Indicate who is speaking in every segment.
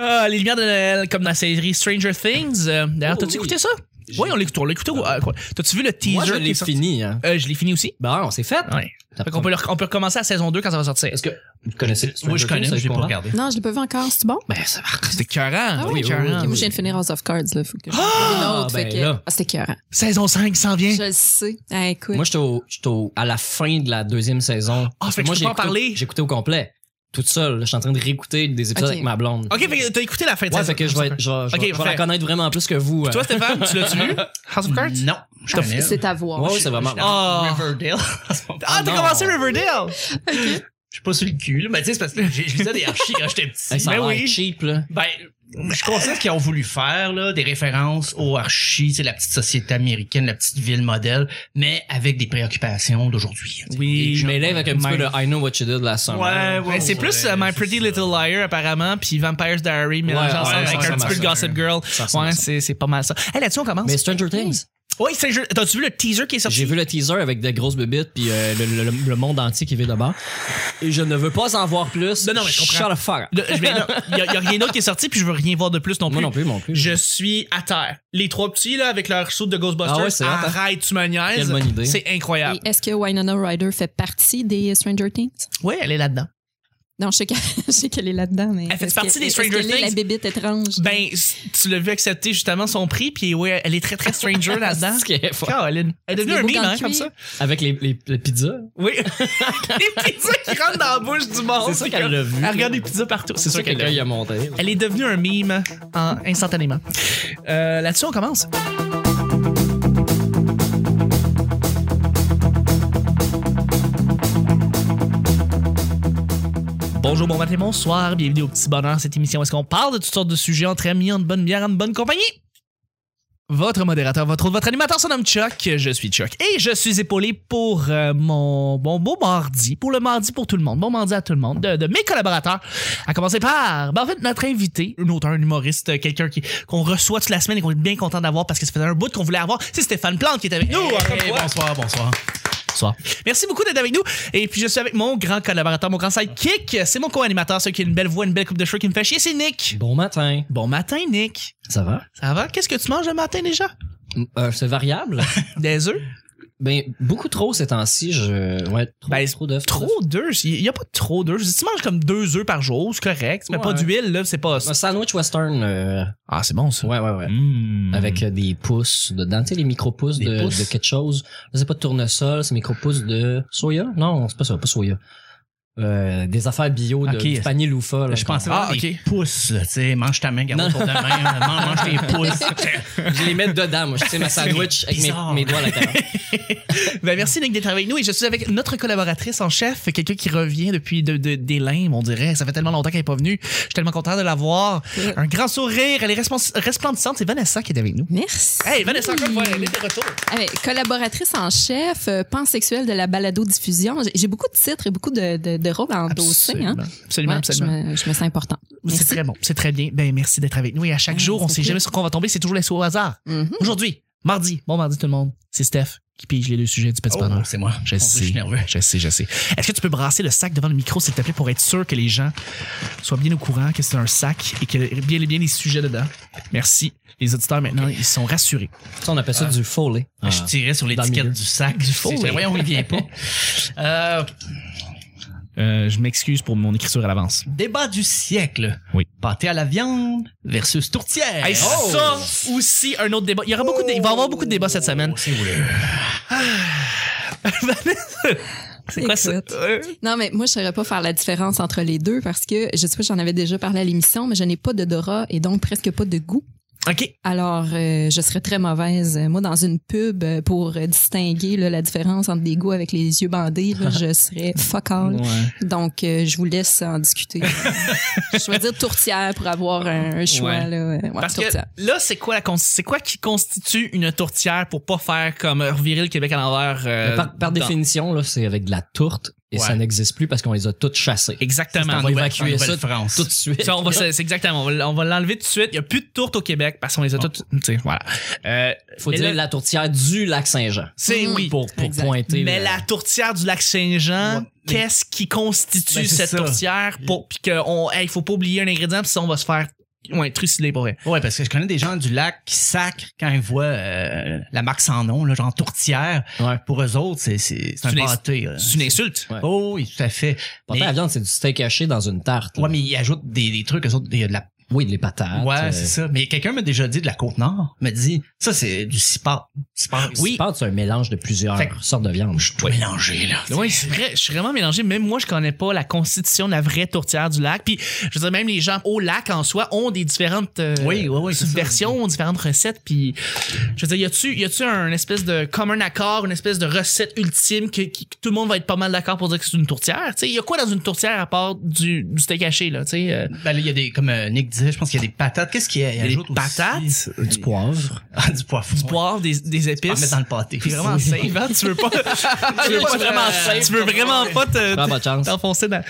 Speaker 1: euh, les lumières de Noël, comme dans la série Stranger Things. Euh, D'ailleurs,
Speaker 2: Oh,
Speaker 1: t'as-tu
Speaker 2: oui.
Speaker 1: écouté ça?
Speaker 2: J'ai-
Speaker 1: Oui, on l'a écouté. On l'a écouté. euh, quoi. T'as-tu vu le teaser?
Speaker 2: Moi, je
Speaker 1: qui
Speaker 2: l'ai
Speaker 1: est sorti?
Speaker 2: fini. Hein.
Speaker 1: Euh, je l'ai fini aussi.
Speaker 2: Bon, on s'est fait.
Speaker 1: Ouais.
Speaker 2: La
Speaker 1: Fait qu'on peut, le- on peut recommencer à saison 2 quand ça va sortir.
Speaker 2: Est-ce que vous connaissez
Speaker 1: Moi, je connais,
Speaker 2: ça,
Speaker 1: mais je l'ai pas
Speaker 2: comprends.
Speaker 1: regardé.
Speaker 3: Non, je l'ai pas vu encore. C'est bon?
Speaker 2: Ben, ça va.
Speaker 1: C'était écœurant.
Speaker 3: Ah
Speaker 1: C'était
Speaker 3: oui,
Speaker 1: écœurant.
Speaker 2: oui, oui, oui.
Speaker 3: Moi, je viens de finir House of Cards, là. Faut que je...
Speaker 2: Ah,
Speaker 3: Une autre,
Speaker 2: ben
Speaker 3: fait que-
Speaker 2: là.
Speaker 3: Ah, c'était écœurant.
Speaker 1: Saison 5 s'en vient.
Speaker 3: Je le sais. Ah, écoute.
Speaker 2: Moi, j'étais au- j'étais au- à la fin de la deuxième saison.
Speaker 1: Ah, fait que
Speaker 2: moi,
Speaker 1: tu peux en
Speaker 2: écouté-
Speaker 1: parler.
Speaker 2: J'ai écouté au complet. Toute seule. là. Je suis en train de réécouter des épisodes
Speaker 3: Ok.
Speaker 2: avec ma blonde.
Speaker 1: Ok, fait que t'as écouté la fin de
Speaker 2: Ouais,
Speaker 1: saison.
Speaker 2: fait que je vais, être- je, vais- je
Speaker 1: Ok,
Speaker 2: vais- je vais la
Speaker 1: parfait.
Speaker 2: connaître vraiment plus que vous.
Speaker 1: Toi,
Speaker 2: euh.
Speaker 1: Stéphane, tu l'as-tu vu? House of Cards?
Speaker 4: Non, je
Speaker 1: T'as-
Speaker 4: connais.
Speaker 3: C'est à voir.
Speaker 2: hein. Ouais, ouais, c'est vraiment.
Speaker 1: Ah.
Speaker 4: Riverdale.
Speaker 1: Ah, t'as
Speaker 2: non.
Speaker 1: commencé Riverdale!
Speaker 4: Je suis pas sur le cul, là. Mais tu sais, c'est parce que j'ai j'ai lu ça des archives quand j'étais
Speaker 2: Hey,
Speaker 4: petit.
Speaker 2: ça a
Speaker 1: Mais
Speaker 2: l'air
Speaker 1: oui.
Speaker 2: cheap, là.
Speaker 4: Ben, je comprends ce qu'ils ont voulu faire, là, des références aux archis, tu sais, la petite société américaine, la petite ville modèle, mais avec des préoccupations d'aujourd'hui. tu sais.
Speaker 1: Oui,
Speaker 4: Des gens-
Speaker 2: Mais là, avec un petit peu
Speaker 4: Ouais.
Speaker 2: le I know what you did last summer.
Speaker 4: Ouais,
Speaker 1: Ben,
Speaker 4: ouais.
Speaker 1: c'est
Speaker 4: ouais,
Speaker 1: plus euh, My
Speaker 4: c'est
Speaker 1: Pretty
Speaker 4: ça.
Speaker 1: Little Liar apparemment, puis Vampire's Diary mélangé
Speaker 2: Ouais,
Speaker 1: ensemble
Speaker 2: ouais,
Speaker 1: avec
Speaker 2: ça
Speaker 1: un petit
Speaker 2: ressemble
Speaker 1: peu
Speaker 2: à
Speaker 1: de
Speaker 2: ça.
Speaker 1: Gossip Girl.
Speaker 2: Ça ressemble à
Speaker 1: Ouais,
Speaker 2: ça.
Speaker 1: c'est c'est pas mal ça. Hey, là-dessus on commence.
Speaker 2: Mais Stranger Things.
Speaker 1: Oui, c'est ju- t'as-tu vu le teaser qui est sorti
Speaker 2: J'ai vu le teaser avec des grosses bébites puis euh, le, le- le- le monde entier qui vit d'abord. Et je ne veux pas en voir plus.
Speaker 1: Non, non, mais je comprends.
Speaker 2: Shut the fuck up.
Speaker 1: Le- je vais- non, y, a, y a rien d'autre qui est sorti, puis je veux rien voir de plus non plus.
Speaker 2: Moi non plus, mon plus.
Speaker 1: Je suis à terre. Les trois petits là avec leur shoot de Ghostbusters,
Speaker 2: Ah ouais, c'est hot, hein?
Speaker 1: arrête, tu me niaises.
Speaker 2: Quelle bonne idée.
Speaker 1: C'est incroyable.
Speaker 3: Et Est-ce que Winona Ryder fait partie des Stranger Things?
Speaker 1: Ouais, elle est là-dedans.
Speaker 3: Non, je sais qu'elle, je sais qu'elle est là-dedans, mais.
Speaker 1: Elle fait
Speaker 3: est-ce
Speaker 1: partie
Speaker 3: qu'elle-
Speaker 1: des
Speaker 3: est-ce
Speaker 1: Stranger
Speaker 3: qu'elle est la
Speaker 1: Things?
Speaker 3: bébite étrange.
Speaker 1: Ben, c- tu l'as vu accepter justement son prix, puis ouais, elle est très très stranger là-dedans.
Speaker 2: Ce qui est fort.
Speaker 1: Caroline. Elle est devenue
Speaker 3: Des
Speaker 1: un
Speaker 3: beaux
Speaker 1: mime,
Speaker 3: gants de
Speaker 1: hein, comme
Speaker 3: cuir.
Speaker 1: ça.
Speaker 2: Avec les, les, les pizzas.
Speaker 1: Oui. les pizzas qui rentrent dans la bouche du monde.
Speaker 2: C'est ça qu'elle l'a vu.
Speaker 1: Elle regarde les pizzas partout. C'est sûr qu'elle
Speaker 2: quelqu'un
Speaker 1: l'a
Speaker 2: y a monté.
Speaker 1: Elle est devenue un mime en- instantanément. Euh, Là-dessus, on commence. Bonjour, bon matin, bonsoir, bienvenue au Petit Bonheur, cette émission où est-ce qu'on parle de toutes sortes de sujets entre amis, en bonne bière, en bonne compagnie. Votre modérateur, votre hôte, votre animateur se nomme Chuck, je suis Chuck. Et je suis épaulé pour euh, mon bon beau mardi, pour le mardi pour tout le monde, bon mardi à tout le monde, de, de mes collaborateurs, à commencer par, ben en fait, notre invité, une auteur, un humoriste, euh, quelqu'un qui qu'on reçoit toute la semaine et qu'on est bien content d'avoir parce que ça faisait un bout qu'on voulait avoir, c'est Stéphane Plante qui est avec nous. encore une
Speaker 4: Hey,
Speaker 1: fois.
Speaker 4: bonsoir, bonsoir.
Speaker 1: Bonsoir. Merci beaucoup d'être avec nous. Et puis, je suis avec mon grand collaborateur, mon grand sidekick. C'est mon co-animateur, celui qui a une belle voix, une belle coupe de cheveux qui me fait chier, c'est Nick.
Speaker 2: Bon matin.
Speaker 1: Bon matin, Nick.
Speaker 2: Ça va?
Speaker 1: Ça va? Qu'est-ce que tu manges le matin déjà?
Speaker 2: Euh, c'est variable.
Speaker 1: Des œufs?
Speaker 2: ben, beaucoup trop ces temps-ci. Je... Ouais, trop,
Speaker 1: Ben,
Speaker 2: trop d'œufs.
Speaker 1: Trop d'œufs? Il n'y a pas trop d'œufs. Si tu manges comme deux œufs par jour, c'est correct. Tu mets pas
Speaker 2: Ouais.
Speaker 1: d'huile, là, c'est pas.
Speaker 2: Un sandwich western. euh,
Speaker 1: Ah, c'est bon, ça.
Speaker 2: Ouais, ouais, ouais.
Speaker 1: Mm.
Speaker 2: Avec euh, des pouces dedans. Tu sais, les micro-pouces
Speaker 4: Des
Speaker 2: de,
Speaker 4: pouces.
Speaker 2: de quelque chose. Je sais pas de tournesol, c'est micro-pouces de soya? Non, c'est pas ça, pas soya. Euh, des affaires bio de,
Speaker 1: Ok.
Speaker 2: du panier loufa. là,
Speaker 4: Je pensais
Speaker 1: Ah,
Speaker 4: ah, des
Speaker 1: ok.
Speaker 4: pouces, là, tu sais, mange ta main, garde
Speaker 2: Non.
Speaker 4: autour de la main, euh, man- mange tes pouces.
Speaker 2: Je les mets dedans, moi. Je sais ma sandwich avec mes,
Speaker 4: Bizarre.
Speaker 2: mes doigts à l'intérieur.
Speaker 1: Ben, merci, Nick, d'être avec nous. Et je suis avec notre collaboratrice en chef, quelqu'un qui revient depuis de- de- des limbes, on dirait. Ça fait tellement longtemps qu'elle n'est pas venue. Je suis tellement content de la voir. Un grand sourire. Elle est respons- resplendissante. C'est Vanessa qui est avec nous.
Speaker 3: Merci.
Speaker 1: Hey, Vanessa, encore une fois, elle est de retour.
Speaker 3: Ah ouais, collaboratrice en chef, euh, pansexuelle de la balado-diffusion. J'ai- J'ai beaucoup de titres et beaucoup de, de, de rôles à endosser. Hein.
Speaker 1: absolument,
Speaker 3: Ouais, je,
Speaker 1: absolument.
Speaker 3: me, je me sens important.
Speaker 1: C'est
Speaker 3: Merci.
Speaker 1: très bon, c'est très bien. Ben, merci d'être avec nous. Et à chaque
Speaker 3: Ouais,
Speaker 1: jour, on
Speaker 3: ça
Speaker 1: sait
Speaker 3: fait.
Speaker 1: jamais sur quoi on va tomber. C'est toujours laissé au hasard.
Speaker 3: Mhm.
Speaker 1: Aujourd'hui, mardi, bon mardi tout le monde, c'est Steph qui pige les deux sujets du petit
Speaker 4: Oh,
Speaker 1: bonheur.
Speaker 4: c'est moi.
Speaker 1: Je
Speaker 4: On dirait que
Speaker 1: sais.
Speaker 4: Je suis nerveux.
Speaker 1: Je sais, je sais. Est-ce que tu peux brasser le sac devant le micro, s'il te plaît, pour être sûr que les gens soient bien au courant que c'est un sac et qu'il y a bien, bien les sujets dedans? Merci. Les auditeurs, maintenant, ils sont rassurés.
Speaker 2: Ça, on appelle ça du foley.
Speaker 4: Je tirais sur l'étiquette
Speaker 2: milieu.
Speaker 4: du sac. Du faux.
Speaker 1: oui.
Speaker 4: Voyons, il vient pas. Euh, ok.
Speaker 1: Euh, je m'excuse pour mon écriture à l'avance.
Speaker 4: Débat du siècle.
Speaker 1: Oui.
Speaker 4: Pâté à la viande versus tourtière.
Speaker 1: Hey,
Speaker 4: Oh!
Speaker 1: Ça aussi, un autre débat. Il, y aura beaucoup de- il va y avoir beaucoup de débats cette semaine.
Speaker 4: Oh, si vous voulez.
Speaker 1: C'est quoi ça?
Speaker 3: Écoute.
Speaker 1: Euh,
Speaker 3: Non, mais moi, je ne saurais pas faire la différence entre les deux parce que je sais pas, j'en avais déjà parlé à l'émission, mais je n'ai pas d'odorat et donc presque pas de goût.
Speaker 1: OK.
Speaker 3: Alors, euh, je serais très mauvaise. Euh, Moi, dans une pub, euh, pour euh, distinguer là, la différence entre des goûts avec les yeux bandés, là, je serais fuck all. Donc, euh, je vous laisse en discuter. je vais dire tourtière pour avoir un, un choix.
Speaker 2: Ouais.
Speaker 3: Là, Euh, ouais,
Speaker 1: Parce que
Speaker 3: tourtière.
Speaker 1: là, c'est quoi, la con- c'est quoi qui constitue une tourtière pour pas faire comme revirer le Québec à l'envers? euh,
Speaker 2: par par
Speaker 1: dans-
Speaker 2: définition, là, c'est avec de la tourte et
Speaker 4: Ouais.
Speaker 2: ça n'existe plus parce qu'on les a toutes chassées.
Speaker 1: Exactement.
Speaker 2: On
Speaker 4: En
Speaker 2: va
Speaker 4: Nouvelle- en
Speaker 2: évacuer ça
Speaker 4: Nouvelle-France.
Speaker 2: tout de suite.
Speaker 1: Ça, on va, c'est c'est exactement. On va, on va l'enlever tout de suite. Il n'y a plus de tourte au Québec parce qu'on les a toutes. Tu sais, voilà. Euh,
Speaker 2: Faut
Speaker 1: Mais
Speaker 2: dire
Speaker 1: là-
Speaker 2: la tourtière du lac Saint-Jean.
Speaker 1: c'est
Speaker 3: Mhm.
Speaker 1: oui.
Speaker 2: Pour, pour
Speaker 3: Exact.
Speaker 2: pointer.
Speaker 1: Mais
Speaker 2: le-
Speaker 1: la tourtière du lac Saint-Jean,
Speaker 4: Ouais.
Speaker 1: qu'est-ce qui constitue
Speaker 4: Ben, c'est
Speaker 1: cette
Speaker 4: ça.
Speaker 1: tourtière pour puis que on, hey, faut pas oublier un ingrédient puis ça on va se faire ouais, trucidé pour vrai.
Speaker 4: Ouais, parce que je connais des gens du lac qui sacrent quand ils voient euh, la marque sans nom, là, genre tourtière.
Speaker 2: Ouais.
Speaker 4: Pour eux autres, c'est c'est c'est un
Speaker 1: une ins-
Speaker 4: pâté. là.
Speaker 1: C'est une insulte.
Speaker 2: Ouais.
Speaker 4: Oh oui, tout à fait.
Speaker 2: Pâté à
Speaker 4: Mais-
Speaker 2: la viande, c'est du steak haché dans une tarte. là.
Speaker 4: Ouais, mais ils ajoutent des, des trucs, eux autres, il y a de la
Speaker 2: Oui, les patates.
Speaker 4: Ouais,
Speaker 2: euh,
Speaker 4: c'est ça. Mais quelqu'un m'a déjà dit de la Côte-Nord, m'a dit, ça, c'est du cipat. Cipat,
Speaker 2: Oui.
Speaker 4: oui.
Speaker 2: c'est un mélange de plusieurs
Speaker 4: Fait-
Speaker 2: sortes de viande.
Speaker 4: Je dois mélanger, là.
Speaker 1: Oui, c'est vrai, je suis vraiment mélangé. Même moi, je connais pas la constitution de la vraie tourtière du lac. Puis, je veux dire, même les gens au lac en soi ont des différentes euh,
Speaker 4: Oui, oui, oui, c'est ça.
Speaker 1: versions, différentes recettes. Puis, je veux dire, y a-tu, y a-tu un espèce de commun accord, une espèce de recette ultime que, qui- que tout le monde va être pas mal d'accord pour dire que c'est une tourtière? Tu sais, y a quoi dans une tourtière à part du, du steak haché, là? Tu sais, euh,
Speaker 4: Ben là, il y a des, comme euh, Nick disait, je pense qu'il y a des patates. Qu'est-ce qu'il y a? Il
Speaker 1: y a des
Speaker 4: ajoute aussi?
Speaker 1: patates,
Speaker 2: Du poivre.
Speaker 4: Ah, du poivre.
Speaker 1: du poivre, des, des
Speaker 4: Tu peux en
Speaker 1: épices.
Speaker 4: mettre dans le pâté.
Speaker 1: T'es vraiment safe, hein? Tu veux pas, tu veux pas vraiment, tu veux vraiment pas te,
Speaker 2: Prends votre chance.
Speaker 1: t'enfoncer dans.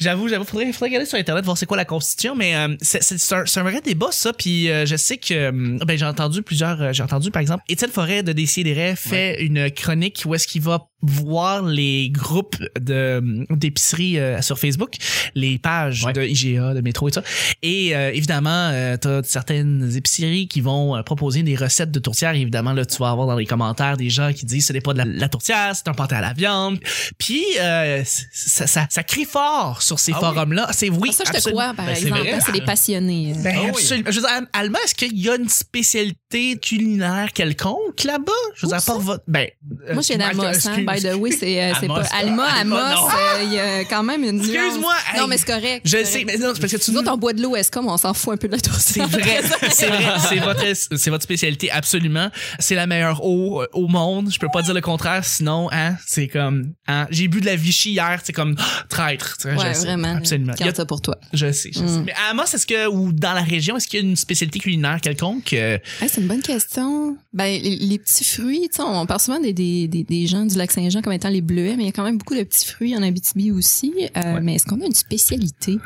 Speaker 1: J'avoue, j'avoue, faudrait, faudrait regarder sur internet voir c'est quoi la constitution, mais euh, c'est c'est- c'est un, c'est un vrai débat ça. Puis euh, je sais que euh, ben j'ai entendu plusieurs, euh, j'ai entendu par exemple Étienne Forêt de Décideret fait une chronique où est-ce qu'il va voir les groupes de d'épicerie euh, sur Facebook, les pages
Speaker 2: Ouais.
Speaker 1: de IGA, de métro et tout ça. Et euh, évidemment, euh, t'as certaines épiceries qui vont euh, proposer des recettes de tourtière. Et évidemment, là, tu vas avoir dans les commentaires des gens qui disent ce n'est pas de la, la tourtière, c'est un pâté à la viande. Puis euh, c- ça, ça, ça crie fort sur ces
Speaker 4: Ah oui.
Speaker 1: forums-là. C'est oui.
Speaker 3: ça, je te
Speaker 1: absolument.
Speaker 3: crois, par
Speaker 4: Ben, c'est
Speaker 3: exemple.
Speaker 4: vrai.
Speaker 3: hein, C'est des passionnés. euh.
Speaker 1: Ben,
Speaker 4: Ah oui.
Speaker 1: absolument. Je veux dire, Allemand, est-ce qu'il y a une spécialité culinaire quelconque là-bas? Je veux
Speaker 3: Où
Speaker 1: dire, à part
Speaker 3: ça?
Speaker 1: votre. Ben,
Speaker 3: Moi, j'ai
Speaker 1: Alma,
Speaker 3: d'Amos, hein. By the way, c'est euh, c'est
Speaker 4: Amos.
Speaker 3: pas Alma,
Speaker 4: Alma,
Speaker 3: Amos.
Speaker 4: non.
Speaker 3: euh, Il y a quand même une nuance.
Speaker 1: Excuse-moi, hey.
Speaker 3: Non, mais c'est correct.
Speaker 1: Je
Speaker 3: c'est
Speaker 1: le
Speaker 3: correct.
Speaker 1: sais, mais non, c'est parce que tu
Speaker 3: Nous autres, on boit de l'eau comme on s'en fout un peu de la tour.
Speaker 1: C'est vrai, c'est vrai, c'est votre, c'est votre spécialité, absolument. C'est la meilleure eau euh, au monde. Je peux pas dire le contraire, sinon, hein, c'est comme, hein, j'ai bu de la Vichy hier, c'est comme ah, traître. tu vois,
Speaker 3: Ouais,
Speaker 1: je sais,
Speaker 3: vraiment.
Speaker 1: Absolument. Il y a-
Speaker 3: Garde ça pour toi.
Speaker 1: je sais, je sais.
Speaker 3: Mm.
Speaker 1: Mais à Amos, est-ce que, ou dans la région, est-ce qu'il y a une spécialité culinaire quelconque? euh,
Speaker 3: Hey, c'est une bonne question. Ben, les, les petits fruits, tu sais, on parle souvent des, des, des, des gens du lac Saint-Jean comme étant les bleuets, mais il y a quand même beaucoup de petits fruits en Abitibi aussi. Euh, Mais est-ce qu'on a une spécialité?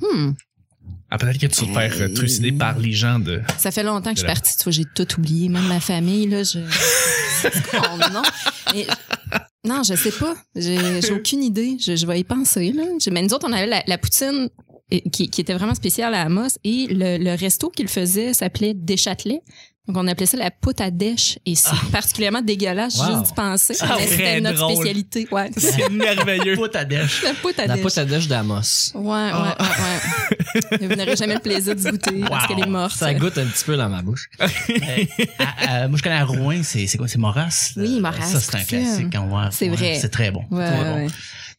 Speaker 3: Hmm.
Speaker 1: Ah, peut-être que tu vas te faire euh, trucider par les gens de.
Speaker 3: Ça fait longtemps que je suis
Speaker 1: Voilà.
Speaker 3: partie, tu vois, j'ai tout oublié, même ma famille, là, je... C'est quoi mon nom? Mais- Non, je sais pas. J'ai j'ai aucune idée. Je, je vais y penser, là. Je- Mais nous autres, on avait la, la poutine eh, qui, qui était vraiment spéciale à Amos et le, le resto qu'il faisait s'appelait Deschâtelet. Donc, on appelait ça la poute à dèche et c'est particulièrement dégueulasse,
Speaker 2: Ah. Wow.
Speaker 3: juste d'y penser.
Speaker 1: Ah,
Speaker 3: mais
Speaker 1: très
Speaker 3: c'était notre
Speaker 1: drôle.
Speaker 3: spécialité. Ouais.
Speaker 1: C'est merveilleux.
Speaker 4: Pote à dèche.
Speaker 3: la poute à
Speaker 2: La
Speaker 3: dèche.
Speaker 2: pote à Ah. dèche d'Amos.
Speaker 3: Ouais, ouais, ouais, ouais. Vous n'aurez jamais le plaisir de goûter parce
Speaker 4: Wow.
Speaker 3: qu'elle est morte.
Speaker 2: Ça goûte un petit peu dans ma bouche.
Speaker 4: Euh, à- à- moi, je connais à Rouen, c'est c'est quoi? C'est Moras?
Speaker 3: Oui,
Speaker 4: Euh,
Speaker 3: Moras,
Speaker 4: Ça, c'est un
Speaker 3: c'est
Speaker 4: classique. quand on va à
Speaker 3: C'est
Speaker 4: Rouen.
Speaker 3: vrai.
Speaker 4: C'est très bon.
Speaker 3: Ouais,
Speaker 4: Très
Speaker 2: hein,
Speaker 4: bon.
Speaker 3: ouais.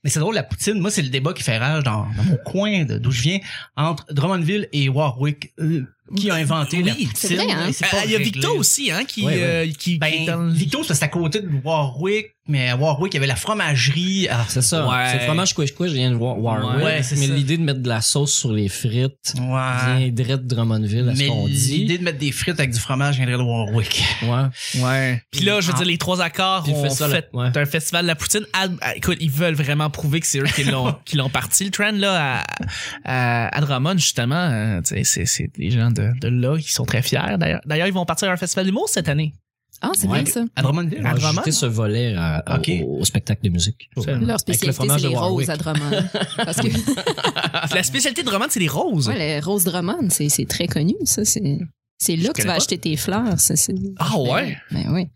Speaker 4: Mais c'est drôle, la poutine, moi, c'est le débat qui fait rage dans, dans mon coin de- d'où je viens, entre Drummondville et Warwick. Euh, qui a inventé la poutine?
Speaker 3: C'est vrai, hein?
Speaker 4: Et c'est
Speaker 1: Euh,
Speaker 4: pas
Speaker 1: Il y a
Speaker 4: réglé.
Speaker 1: Victo aussi, hein, qui,
Speaker 2: Ouais, ouais.
Speaker 1: euh, qui, qui est dans
Speaker 4: Ben,
Speaker 1: le-
Speaker 4: Victo, c'est à côté de Warwick, mais à Warwick, il y avait la fromagerie. Ah,
Speaker 2: C'est ça. hein.
Speaker 1: Ouais.
Speaker 2: C'est le fromage couche couche, je viens de voir Warwick.
Speaker 4: Ouais, c'est
Speaker 2: mais
Speaker 4: ça.
Speaker 2: l'idée de mettre de la sauce sur les frites
Speaker 4: ouais.
Speaker 2: vient
Speaker 1: Ah.
Speaker 2: direct de Drummondville, à ce
Speaker 4: Mais
Speaker 2: qu'on dit.
Speaker 4: l'idée de mettre des frites avec du fromage viendrait de Warwick.
Speaker 2: Ouais.
Speaker 1: Ouais. Puis là, je veux
Speaker 4: Ah.
Speaker 1: dire, les trois accords
Speaker 2: Puis
Speaker 1: ont
Speaker 2: fait ça, là.
Speaker 1: fait
Speaker 2: Ouais.
Speaker 1: un festival de la poutine. Ah, ah, écoute, ils veulent vraiment prouver que c'est eux qui l'ont qui l'ont parti. Le trend là à à, à Drummond justement, euh, tu sais, c'est c'est des gens de, de là qui sont très fiers. D'ailleurs, d'ailleurs, ils vont partir à un festival d'humour cette année.
Speaker 3: Ah, c'est
Speaker 2: Ouais.
Speaker 3: bien ça.
Speaker 4: À Drummondville?
Speaker 1: Ah,
Speaker 2: J'ai
Speaker 1: Drummond,
Speaker 2: ajouté
Speaker 1: hein?
Speaker 2: ce volet à- à-
Speaker 4: Ok.
Speaker 2: au, au spectacle de musique.
Speaker 1: Absolument.
Speaker 3: Leur
Speaker 2: Avec le
Speaker 3: spécialité,
Speaker 2: fromage
Speaker 3: c'est
Speaker 2: de
Speaker 3: les
Speaker 2: Warwick.
Speaker 3: roses à Drummond. Parce que
Speaker 1: La spécialité de Drummond, c'est les roses.
Speaker 3: ouais, les roses Drummond, c'est c'est très connu, ça. C'est c'est
Speaker 1: Je
Speaker 3: là que tu
Speaker 1: connais
Speaker 3: vas
Speaker 1: pas.
Speaker 3: acheter tes fleurs. ça, c'est-
Speaker 1: Ah ouais.
Speaker 3: Ben oui.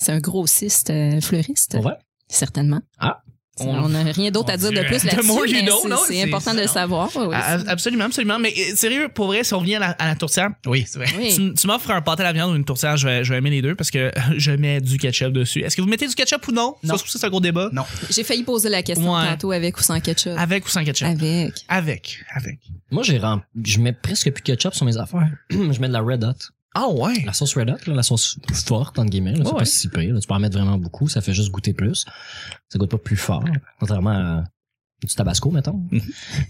Speaker 3: C'est un grossiste euh, fleuriste,
Speaker 2: Pour vrai?
Speaker 3: certainement.
Speaker 2: Ah.
Speaker 3: On n'a rien d'autre
Speaker 1: on
Speaker 3: à dire de
Speaker 1: dirait-
Speaker 3: plus
Speaker 1: The more
Speaker 3: là-dessus,
Speaker 1: you
Speaker 3: mais
Speaker 1: know,
Speaker 3: c'est-
Speaker 1: non,
Speaker 3: c'est
Speaker 1: c'est-
Speaker 3: important
Speaker 1: c'est-
Speaker 3: de le
Speaker 1: non.
Speaker 3: savoir. ouais, ouais,
Speaker 1: Ah,
Speaker 3: c'est-
Speaker 1: Absolument, absolument. Mais euh, sérieux, pour vrai, si on revient à la, à la tourtière,
Speaker 4: Oui, c'est vrai.
Speaker 3: oui.
Speaker 1: tu, tu m'offres un pâté à la viande ou une tourtière, je vais, je vais aimer les deux parce que je mets du ketchup dessus. Est-ce que vous mettez du ketchup ou non?
Speaker 4: Non.
Speaker 1: Ça, c'est un gros débat.
Speaker 4: Non.
Speaker 3: J'ai failli poser la question
Speaker 1: ah. Ouais.
Speaker 3: tantôt avec ou sans ketchup.
Speaker 1: Avec ou sans ketchup?
Speaker 3: Avec.
Speaker 1: Avec. Avec.
Speaker 2: Moi, j'ai rem- je mets presque plus de ketchup sur mes affaires. je mets de la Red Hot.
Speaker 1: Ah ouais.
Speaker 2: La sauce Red Hot, là, la sauce forte, entre guillemets, là, c'est
Speaker 1: Ouais, ouais.
Speaker 2: pas si pire. là. tu peux en mettre vraiment beaucoup, ça fait juste goûter plus. Ça goûte pas plus fort, contrairement à du tabasco, mettons.
Speaker 1: Mhm.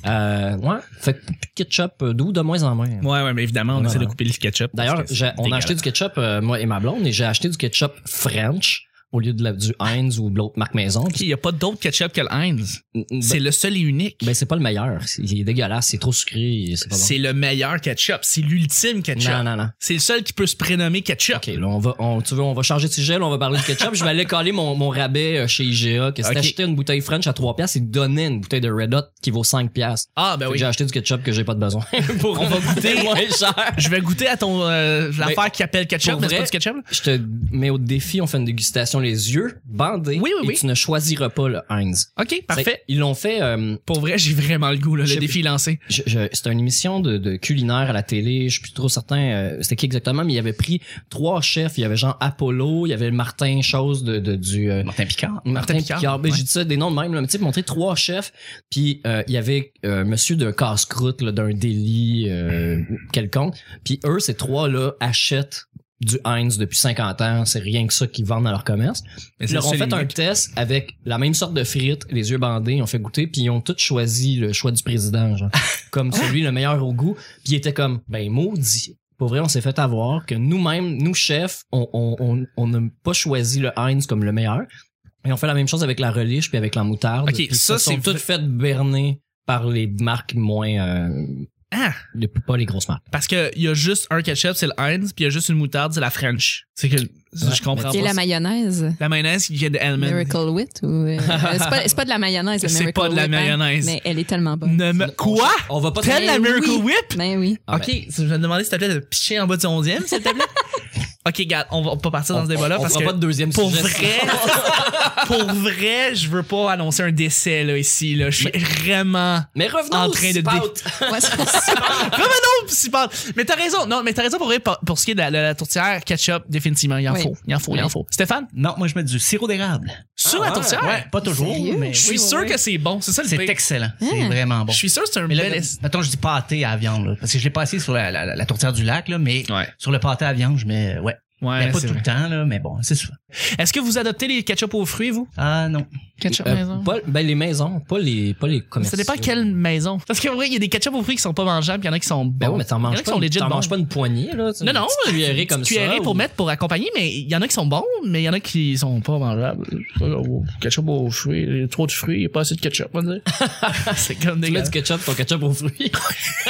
Speaker 2: euh, ouais, fait que plus de ketchup euh, doux de moins en moins.
Speaker 1: Ouais, ouais, mais évidemment, on
Speaker 2: Voilà.
Speaker 1: essaie de couper le ketchup.
Speaker 2: D'ailleurs,
Speaker 1: parce que
Speaker 2: j'ai-
Speaker 1: c'est
Speaker 2: on a acheté
Speaker 1: dégueulasse.
Speaker 2: du ketchup, euh, moi et ma blonde, et j'ai acheté du ketchup French au lieu de la, du Heinz ou de l'autre marque maison.
Speaker 1: Il n'y a pas d'autre ketchup que le Heinz.
Speaker 2: Ben,
Speaker 1: C'est le seul et unique.
Speaker 2: ben, c'est pas le meilleur. C'est- Il est dégueulasse, c'est trop sucré, c'est pas bon.
Speaker 1: C'est le meilleur ketchup. C'est l'ultime ketchup.
Speaker 2: Non, non, non.
Speaker 1: C'est le seul qui peut se prénommer ketchup.
Speaker 2: Ok, là, on va, on, tu veux, on va changer de sujet, là, on va parler de ketchup. je vais aller coller mon, mon rabais euh, chez IGA, que c'était
Speaker 1: Ok.
Speaker 2: acheter une bouteille French à 3 piastres et donner une bouteille de Red Hot qui vaut 5 piastres.
Speaker 1: Ah, ben
Speaker 2: Fait que
Speaker 1: oui.
Speaker 2: J'ai acheté du ketchup que j'ai pas de besoin. Pour
Speaker 1: On va goûter.
Speaker 2: moins cher.
Speaker 1: Je vais goûter à ton euh, l'affaire qui appelle ketchup,
Speaker 2: Ben, pour
Speaker 1: mais c'est pas
Speaker 2: vrai-
Speaker 1: du ketchup. là.
Speaker 2: Je te mets au défi, on fait une dégustation les yeux bandés.
Speaker 1: Oui, oui,
Speaker 2: et
Speaker 1: oui.
Speaker 2: tu ne choisiras pas le Heinz.
Speaker 1: Ok,
Speaker 2: C'est-
Speaker 1: parfait.
Speaker 2: Ils l'ont fait. euh,
Speaker 1: Pour vrai, j'ai vraiment le goût, là, le
Speaker 2: J'ai-
Speaker 1: défi est lancé.
Speaker 2: je- je- c'était une émission de, de culinaire à la télé. Je suis plus trop certain. euh, c'était qui exactement Mais il avait pris trois chefs. Il y avait Jean Apollo. Il y avait Martin Chose de, de- du. euh,
Speaker 4: Martin Picard.
Speaker 2: Martin, Picard, Ben,
Speaker 1: ouais.
Speaker 2: j'ai dit ça des noms de même, là, mais tu sais, montrer trois chefs, puis euh, il y avait euh, monsieur d'un casse-croûte, là, d'un délit euh, quelconque, puis eux, ces trois-là, achètent du Heinz depuis 50 ans, c'est rien que ça qu'ils vendent dans leur commerce.
Speaker 1: Mais
Speaker 2: Ils
Speaker 1: c'est
Speaker 2: leur ont
Speaker 1: le seul
Speaker 2: fait un
Speaker 1: unique.
Speaker 2: test avec la même sorte de frites, les yeux bandés, ils ont fait goûter, puis ils ont tous choisi le choix du président, genre, comme celui le meilleur au goût, puis ils étaient comme, ben maudit. Pour vrai, on s'est fait avoir que nous-mêmes, nous chefs, on on- on- on n'a pas choisi le Heinz comme le meilleur. Et on fait la même chose avec la relish puis avec la moutarde.
Speaker 1: Ok,
Speaker 2: Puis
Speaker 1: ça,
Speaker 2: elles sont
Speaker 1: c'est
Speaker 2: toutes
Speaker 1: vrai.
Speaker 2: faites berner par les marques moins, euh,
Speaker 1: Ah,
Speaker 2: les- pas les grosses marques.
Speaker 1: parce que il y a juste un ketchup, c'est le Heinz, puis il y a juste une moutarde, c'est la French. C'est que je comprends
Speaker 3: Et
Speaker 1: pas.
Speaker 3: la
Speaker 1: ça.
Speaker 3: mayonnaise.
Speaker 1: La mayonnaise qui vient de Hellman.
Speaker 3: Miracle Wheat ou euh, c'est pas c'est pas de la mayonnaise le
Speaker 1: C'est
Speaker 3: Miracle
Speaker 1: pas de la
Speaker 3: Whip, hein,
Speaker 1: mayonnaise.
Speaker 3: mais elle est tellement bonne.
Speaker 1: Ne me- Quoi?
Speaker 2: On va pas.
Speaker 1: T'aimes la
Speaker 3: Ben
Speaker 1: Miracle
Speaker 3: oui.
Speaker 1: Whip?
Speaker 3: Ben oui.
Speaker 2: Ah
Speaker 1: ok, je vais te demander s'il te plaît de picher en bas du 11e, s'il te plaît. ok, regarde, on va pas partir dans ce débat-là
Speaker 2: on
Speaker 1: parce
Speaker 2: fera
Speaker 1: que
Speaker 2: pas de deuxième
Speaker 1: pour
Speaker 2: sujet.
Speaker 1: vrai, pour vrai, je veux pas annoncer un décès là ici là. Je suis vraiment
Speaker 2: Mais revenons
Speaker 1: En
Speaker 2: au
Speaker 1: train de
Speaker 2: spout.
Speaker 3: Ouais, c'est-
Speaker 1: Vraiment non, si pas- Mais t'as raison, non, mais t'as raison pour, vrai, pour, pour ce qui est de la, la- la tourtière, ketchup, définitivement, il en
Speaker 3: Oui.
Speaker 1: faut, il en faut, il en faut. Stéphane,
Speaker 4: Non, moi je mets du sirop d'érable.
Speaker 1: sur
Speaker 2: Ah
Speaker 1: la
Speaker 2: ouais,
Speaker 1: tourtière,
Speaker 4: Ouais, pas toujours,
Speaker 3: Sérieux?
Speaker 4: mais
Speaker 1: je suis
Speaker 4: oui, oui,
Speaker 1: sûr
Speaker 4: oui.
Speaker 1: que c'est bon, c'est ça le
Speaker 4: c'est
Speaker 1: pire.
Speaker 4: excellent. C'est
Speaker 3: Ah.
Speaker 4: vraiment bon.
Speaker 1: Je suis sûr que c'est un
Speaker 4: Mais là,
Speaker 1: bel. es-
Speaker 4: mettons, je dis pâté à la viande, là, parce que je l'ai passé sur la, la- la- la tourtière du lac, là, mais
Speaker 1: Ouais.
Speaker 4: sur le pâté à la viande, je mets, ouais,
Speaker 1: Ouais,
Speaker 2: Ben,
Speaker 4: Mais pas
Speaker 1: c'est
Speaker 4: tout
Speaker 1: vrai.
Speaker 4: le temps, là, mais bon, c'est ça.
Speaker 1: Est-ce que vous adoptez les ketchup aux fruits, vous?
Speaker 4: Ah non.
Speaker 1: Ketchup
Speaker 2: Euh, pas- ben les maisons, pas les, pas les commerces.
Speaker 1: Ça dépend quelle maison. Parce qu'en vrai, il y a des ketchup aux fruits qui sont pas mangeables, puis il y en a qui sont bons.
Speaker 2: Ben ouais, mais t'en
Speaker 1: Il y en
Speaker 2: manges
Speaker 1: a qui
Speaker 2: pas.
Speaker 1: sont
Speaker 2: une-
Speaker 1: legit
Speaker 2: T'en
Speaker 1: bons.
Speaker 2: manges pas une poignée là.
Speaker 1: Non, non,
Speaker 2: Tu
Speaker 1: une
Speaker 2: cuillerée
Speaker 1: petite
Speaker 2: comme ça.
Speaker 1: cuillerée pour
Speaker 2: ou-
Speaker 1: mettre, pour accompagner, mais il y en a qui sont bons, mais il y en a qui sont pas mangeables. Ketchup aux fruits, il y a trop de fruits, il n'y a pas assez de ketchup, on va dire. c'est comme
Speaker 2: Tu mets
Speaker 1: dégueulasse.
Speaker 2: du ketchup, ton ketchup aux fruits.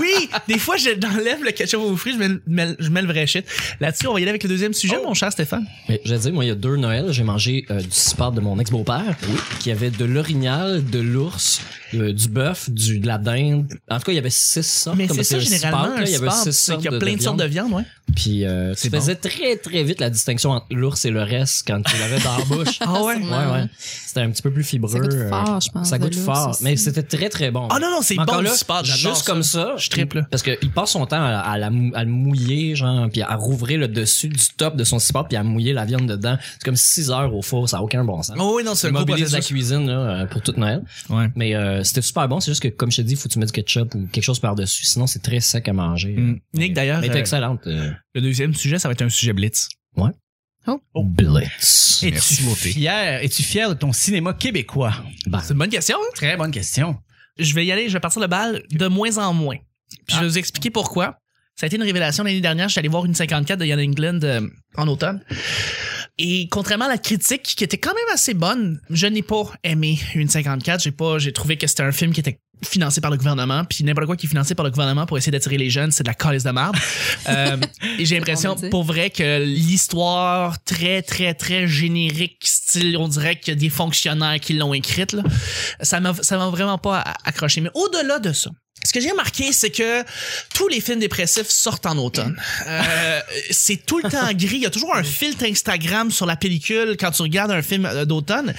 Speaker 1: Oui, des fois, je- j'enlève le ketchup aux fruits, je mets, le- mets le- je mets le vrai shit. Là-dessus, on va y aller avec le deuxième sujet,
Speaker 2: Oh.
Speaker 1: mon cher Stéphane.
Speaker 2: Mais je veux dire, moi, il y a deux Noëls, j'ai mangé euh, du support de mon ex-beau-père, qui avait de l'orignal, de l'ours, euh, du bœuf, du de la dinde. En tout cas, il y avait six sortes.
Speaker 1: Mais
Speaker 2: Ah, comme
Speaker 1: c'est ça,
Speaker 2: c'était un
Speaker 1: généralement,
Speaker 2: sport, là,
Speaker 1: un
Speaker 2: il y avait
Speaker 1: sport,
Speaker 2: six
Speaker 1: c'est
Speaker 2: sortes
Speaker 1: qu'il y a plein de sortes de
Speaker 2: viande.
Speaker 1: viande, ouais.
Speaker 2: Puis euh, tu
Speaker 1: C'est bon.
Speaker 2: faisais très, très vite la distinction entre l'ours et le reste quand tu l'avais dans la bouche.
Speaker 1: Ah ouais?
Speaker 2: Ouais, ouais. C'était un petit peu plus fibreux.
Speaker 3: Ça goûte
Speaker 2: euh,
Speaker 3: fort, je pense,
Speaker 2: Ça
Speaker 3: de
Speaker 2: goûte
Speaker 3: l'ours
Speaker 2: fort.
Speaker 3: aussi.
Speaker 2: Mais c'était très, très bon.
Speaker 1: Ah non, non, c'est
Speaker 2: Mais encore
Speaker 1: bon,
Speaker 2: là,
Speaker 1: du sport, j'adore
Speaker 2: juste
Speaker 1: ça.
Speaker 2: comme ça.
Speaker 1: Je trippe, là.
Speaker 2: Parce qu'il passe son temps à, à la mou- à le mouiller, genre, puis à rouvrir le dessus du top de son support, puis à mouiller la viande dedans. C'est comme 6 heures au four, ça n'a aucun bon sens.
Speaker 1: Oh oui, non, c'est
Speaker 2: Tu
Speaker 1: un gros
Speaker 2: mobilises la
Speaker 1: processus.
Speaker 2: cuisine là, euh, pour toute Noël.
Speaker 1: Ouais.
Speaker 2: Mais euh, c'était super bon, c'est juste que comme je te dis, faut que tu mettes du ketchup ou quelque chose par-dessus, sinon c'est très sec à manger.
Speaker 1: Mm. Nick, d'ailleurs,
Speaker 2: Elle était
Speaker 1: euh,
Speaker 2: excellente. euh,
Speaker 1: le deuxième sujet, ça va être un sujet blitz. oh.
Speaker 2: Blitz.
Speaker 1: Es-tu
Speaker 4: fier, es-tu fier de ton cinéma québécois?
Speaker 2: Bah,
Speaker 1: C'est une bonne question, hein?
Speaker 4: Très bonne question.
Speaker 1: Je vais y aller, je vais partir le bal de moins en moins. Puis je vais vous expliquer pourquoi. Ça a été une révélation l'année dernière. Je suis allé voir une 54 de Ian England euh, en automne. Et contrairement à la critique, qui était quand même assez bonne, je n'ai pas aimé une 54. J'ai pas, j'ai trouvé que c'était un film qui était financé par le gouvernement, puis n'importe quoi qui est financé par le gouvernement pour essayer d'attirer les jeunes, c'est de la calice de merde. Euh, et j'ai l'impression,
Speaker 3: qu'on veut dire.
Speaker 1: pour vrai, que l'histoire très, très, très générique, style, on dirait qu'il y a des fonctionnaires qui l'ont écrite, là, ça m'a, ça m'a vraiment pas a- accroché. Mais au-delà de ça, ce que j'ai remarqué, c'est que tous les films dépressifs sortent en automne. Euh, c'est tout le temps gris. Il y a toujours un filtre Instagram sur la pellicule quand tu regardes un film euh, d'automne.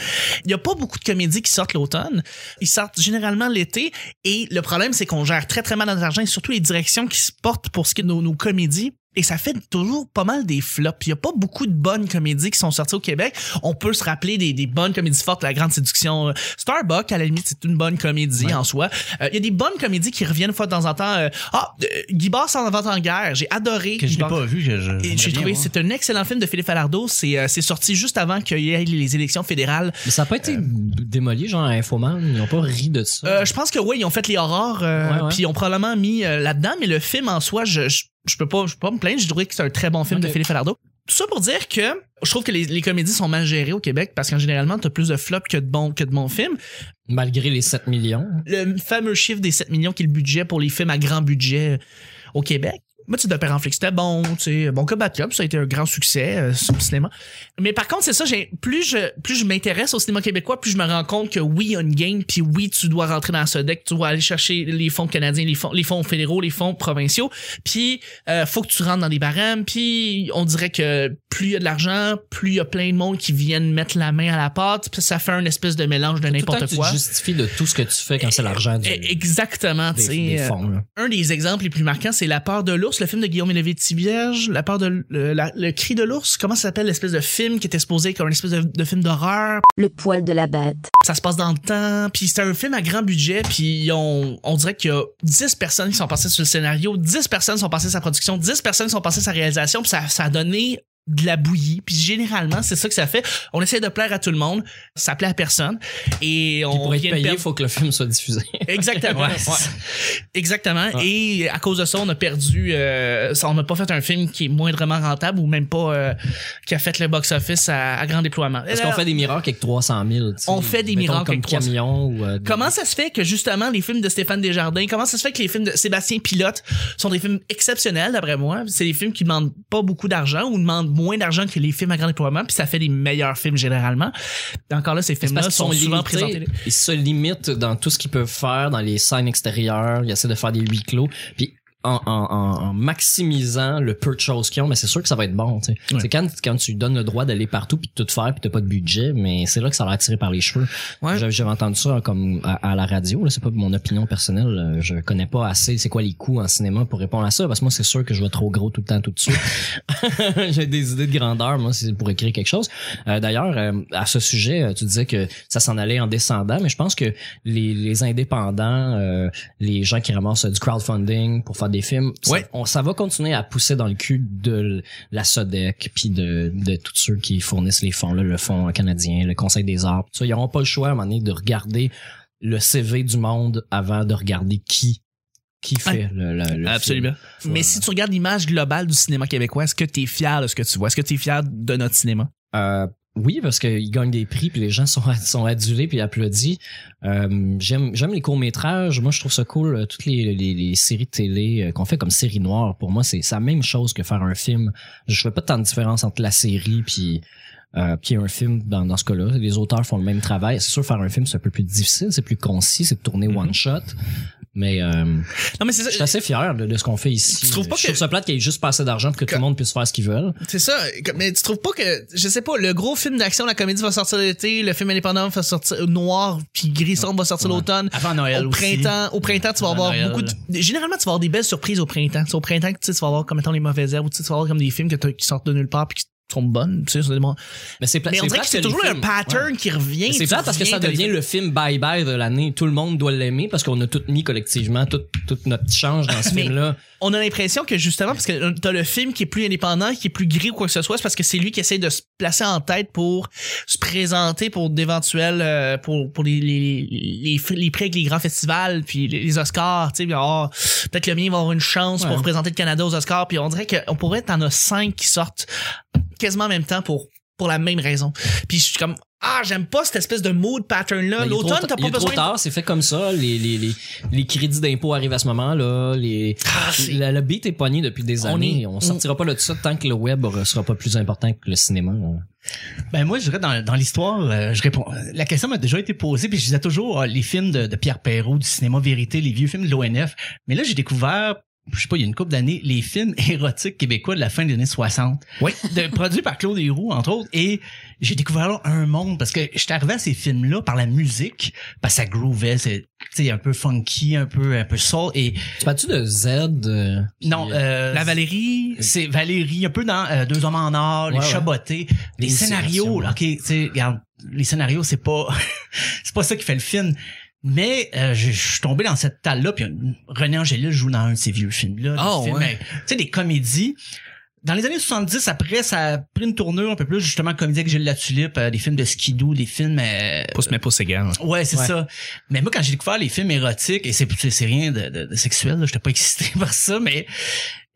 Speaker 1: Il y a pas beaucoup de comédies qui sortent l'automne. Ils sortent généralement l'été. Et le problème, c'est qu'on gère très, très mal notre argent et surtout les directions qui se portent pour ce qui est de nos, nos comédies. Et ça fait toujours pas mal des flops. Il y a pas beaucoup de bonnes comédies qui sont sorties au Québec. On peut se rappeler des, des bonnes comédies fortes, La Grande Séduction. euh, Starbuck, à la limite, c'est une bonne comédie en soi. Euh, Il y a des bonnes comédies qui reviennent une fois de temps en temps. euh, ah, euh, Guy Bar s'en va en guerre. J'ai adoré.
Speaker 4: Que je
Speaker 1: Guy
Speaker 4: n'ai
Speaker 1: Bard-
Speaker 4: pas euh, vu.
Speaker 1: et
Speaker 4: je- je- j'aimerais
Speaker 1: j'ai
Speaker 4: bien
Speaker 1: trouvé,
Speaker 4: voir.
Speaker 1: c'est un excellent film de Philippe Falardeau. C'est euh, c'est sorti juste avant qu'il y ait les élections fédérales.
Speaker 2: Mais ça n'a pas été démoli, genre à Infoman. Ils n'ont pas ri de ça.
Speaker 1: Euh, je pense que oui, ils ont fait les horreurs, euh,
Speaker 2: Ouais, ouais.
Speaker 1: puis ils ont probablement mis euh, là-dedans, mais le film en soi, je, je, je peux pas, je peux pas me plaindre. J'ai trouvé que c'est un très bon film de
Speaker 2: Ok.
Speaker 1: Philippe Falardeau. Tout ça pour dire que je trouve que les, les comédies sont mal gérées au Québec parce qu'en généralement, t'as plus de flops que de bons que de bons films.
Speaker 2: Malgré les 7 millions.
Speaker 1: Le fameux chiffre des 7 millions qui est le budget pour les films à grand budget euh, au Québec. Moi, tu sais, Père en flic, c'était bon, tu sais, bon Cop Bad Cop, ça a été un grand succès euh, sur le cinéma. Mais par contre, c'est ça, j'ai plus je plus je m'intéresse au cinéma québécois, plus je me rends compte que oui, il y a une game, puis oui, tu dois rentrer dans ce deck, tu dois aller chercher les fonds canadiens, les fonds, les fonds fédéraux, les fonds provinciaux, puis euh, faut que tu rentres dans les barèmes, puis on dirait que plus il y a de l'argent, plus il y a plein de monde qui viennent mettre la main à la pâte, puis ça fait un espèce de mélange de
Speaker 2: Tout le temps
Speaker 1: n'importe
Speaker 2: que
Speaker 1: quoi.
Speaker 2: Tu te justifies de tout ce que tu fais quand c'est l'argent du,
Speaker 1: Eh,
Speaker 2: des,
Speaker 1: Exactement, tu sais.
Speaker 2: des
Speaker 1: euh,
Speaker 2: fonds. là.
Speaker 1: un des exemples les plus marquants, c'est La peur de l'ours, le film de Guillaume Élevé Tivierge, La peur de l- le, la- le cri de l'ours, comment ça s'appelle l'espèce de film qui était exposé comme une espèce de, de film d'horreur.
Speaker 5: le poil de la bête,
Speaker 1: Ça se passe dans le temps, puis c'est un film à grand budget, puis on, on dirait qu'il y a 10 personnes qui sont passées sur le scénario, 10 personnes sont passées sa production, 10 personnes sont passées sa réalisation, puis ça, ça a donné de la bouillie, puis généralement c'est ça que ça fait. On essaie de plaire à tout le monde, ça plaît à personne, et
Speaker 2: Puis
Speaker 1: on
Speaker 2: pour être
Speaker 1: vient de
Speaker 2: payé, il
Speaker 1: perdre-
Speaker 2: faut que le film soit diffusé.
Speaker 1: Exactement.
Speaker 2: Ouais.
Speaker 1: Exactement.
Speaker 2: Ouais.
Speaker 1: Et à cause de ça, on a perdu. euh, ça, on n'a pas fait un film qui est moindrement rentable ou même pas euh, qui a fait le box-office à, à grand déploiement.
Speaker 2: Parce qu'on fait des miracles avec 300 000. tu sais.
Speaker 1: On fait des
Speaker 2: Mettons
Speaker 1: miracles
Speaker 2: comme
Speaker 1: avec 300
Speaker 2: camion ou. euh, des-
Speaker 1: Comment ça se fait que justement les films de Stéphane Desjardins, comment ça se fait que les films de Sébastien Pilote sont des films exceptionnels d'après moi C'est des films qui demandent pas beaucoup d'argent ou demandent moins d'argent que les films à grand déploiement, puis ça fait des meilleurs films généralement. Encore là, ces
Speaker 2: C'est
Speaker 1: films-là
Speaker 2: parce qu'ils
Speaker 1: sont,
Speaker 2: sont
Speaker 1: souvent
Speaker 2: limités.
Speaker 1: présentés.
Speaker 2: Ils se limitent dans tout ce qu'ils peuvent faire, dans les scènes extérieures. Ils essaient de faire des huis clos. Puis en, en- en- en maximisant le peu de choses qu'ils ont, mais c'est sûr que ça va être bon. tu sais.
Speaker 1: Ouais.
Speaker 2: C'est quand, quand tu donnes le droit d'aller partout puis de tout faire puis t'as pas de budget, mais c'est là que ça va attirer par les cheveux.
Speaker 1: Ouais.
Speaker 2: J'avais j'avais entendu ça hein, comme à, à la radio. là, C'est pas mon opinion personnelle. euh, Je connais pas assez c'est quoi les coûts en cinéma pour répondre à ça parce que moi c'est sûr que je vois trop gros tout le temps tout de suite. J'ai des idées de grandeur moi c'est pour écrire quelque chose. Euh, D'ailleurs, euh, à ce sujet, euh, tu disais que ça s'en allait en descendant, mais je pense que les, les indépendants, euh, les gens qui ramassent euh, du crowdfunding pour faire des films,
Speaker 1: Ouais.
Speaker 2: ça, on, ça va continuer à pousser dans le cul de l- la SODEC, puis de, de tous ceux qui fournissent les fonds, là, le Fonds canadien, le Conseil des arts. tout ça. ils n'auront pas le choix à un moment donné de regarder le CV du monde avant de regarder qui qui fait le, le- le film.
Speaker 1: Mais si tu regardes l'image globale du cinéma québécois, est-ce que tu es fier de ce que tu vois Est-ce que tu es fier de notre cinéma
Speaker 2: Euh, oui, parce qu'ils gagnent des prix, puis les gens sont, sont adulés, puis applaudis. Euh, J'aime j'aime les courts-métrages. Moi, je trouve ça cool. euh, Toutes les, les, les séries de télé euh, qu'on fait comme série noire, pour moi, c'est c'est la même chose que faire un film. Je fais pas tant de différence entre la série puis, euh, puis un film dans, dans ce cas-là. Les auteurs font le même travail. C'est sûr, faire un film, c'est un peu plus difficile, c'est plus concis, c'est de tourner
Speaker 1: Mhm.
Speaker 2: one-shot. Mais euh,
Speaker 1: Non, mais c'est ça.
Speaker 2: je suis assez fier de, de ce qu'on fait ici.
Speaker 1: Tu trouves pas
Speaker 2: je
Speaker 1: que-
Speaker 2: trouve ça plate qu'il y ait juste pas assez d'argent pour que tout le monde puisse faire ce qu'ils veulent.
Speaker 1: C'est ça, mais tu trouves pas que je sais pas, le gros film d'action, la comédie va sortir l'été, le film indépendant va sortir euh, noir, puis gris sombre va sortir
Speaker 2: Ouais.
Speaker 1: l'automne.
Speaker 4: Avant Noël
Speaker 1: Au
Speaker 4: aussi.
Speaker 1: printemps, au printemps, tu vas
Speaker 4: Avant
Speaker 1: avoir
Speaker 4: Noël.
Speaker 1: beaucoup de... Généralement, tu vas avoir des belles surprises au printemps. C'est au printemps que tu, sais, tu vas avoir comme mettons les mauvaises herbes, ou tu, sais, tu vas avoir comme des films que t'as- qui sortent de nulle part puis qui sont bonnes. Tu sais, c'est des bons-
Speaker 2: Mais c'est pla-
Speaker 1: mais on
Speaker 2: c'est
Speaker 1: dirait
Speaker 2: plate
Speaker 1: que c'est
Speaker 2: les
Speaker 1: toujours un
Speaker 2: films-
Speaker 1: pattern qui revient.
Speaker 2: C'est
Speaker 1: tu
Speaker 2: ça parce que
Speaker 1: reviens,
Speaker 2: ça
Speaker 1: t'as les-
Speaker 2: devient le film Bye Bye de l'année. Tout le monde doit l'aimer parce qu'on a tout mis collectivement, tout, toute notre petit change dans ce
Speaker 1: Mais-
Speaker 2: film-là.
Speaker 1: on a l'impression que justement parce que euh, t'as le film qui est plus indépendant qui est plus gris ou quoi que ce soit c'est parce que c'est lui qui essaie de se placer en tête pour se présenter pour d'éventuels euh, pour pour les les les, les, les prix avec les grands festivals puis les, les Oscars tu sais puis, ah, peut-être le mien va avoir une chance
Speaker 2: Ouais.
Speaker 1: pour représenter le Canada aux Oscars puis on dirait qu'on pourrait t'en as cinq qui sortent quasiment en même temps pour pour la même raison puis je suis comme ah j'aime pas cette espèce de mood pattern là
Speaker 2: Mais Ben, il est
Speaker 1: l'automne
Speaker 2: trop
Speaker 1: t'as
Speaker 2: ta- il
Speaker 1: pas
Speaker 2: est trop
Speaker 1: besoin de-
Speaker 2: tard, c'est fait comme ça. Les, les, les, les crédits d'impôt arrivent à ce moment-là. Les,
Speaker 1: Ah, c'est-
Speaker 2: la, la beat est poignée depuis des
Speaker 1: On
Speaker 2: années.
Speaker 1: est-
Speaker 2: on sortira pas de ça tant que le web aura- sera pas plus important que le cinéma.
Speaker 4: Ben moi, je dirais dans, dans l'histoire, euh, je réponds. La question m'a déjà été posée, puis je disais toujours ah, les films de, de Pierre Perrault, du cinéma vérité, les vieux films de l'ONF. Mais là, j'ai découvert, je sais pas, il y a une couple d'années, les films érotiques québécois de la fin des années 60.
Speaker 1: Oui.
Speaker 4: De, produits par Claude Héroux, entre autres. Et j'ai découvert là un monde parce que j'étais arrivé à ces films-là par la musique, parce que ça groovait, c'est tu sais, un peu funky, un peu un peu soul. Et
Speaker 2: Tu parles-tu de Z? euh, puis,
Speaker 4: non,
Speaker 2: euh,
Speaker 4: euh,
Speaker 1: la Valérie
Speaker 4: c'est Valérie, un peu dans euh, Deux hommes en or,
Speaker 2: Ouais,
Speaker 4: les
Speaker 2: ouais.
Speaker 4: chabotés, les
Speaker 2: Des
Speaker 4: scénarios.
Speaker 2: situations.
Speaker 4: Là, ok, tu sais, regarde, les scénarios, c'est pas, c'est pas ça qui fait le film. Mais euh, je je suis tombé dans cette talle là, puis René Angélil joue dans un de ces vieux films là,
Speaker 1: Oh, ouais.
Speaker 4: tu sais, des comédies. Dans les années 70, après, ça a pris une tournure un peu plus justement comédie avec Gilles La Tulipe, euh, des films de skidoo, des films euh,
Speaker 1: pousse mais pousse égal
Speaker 4: Ouais, c'est
Speaker 2: Ouais.
Speaker 4: ça. Mais moi, quand j'ai découvert les films érotiques, et c'est c'est- c'est rien de, de- de sexuel, là, j'étais pas excité par ça, mais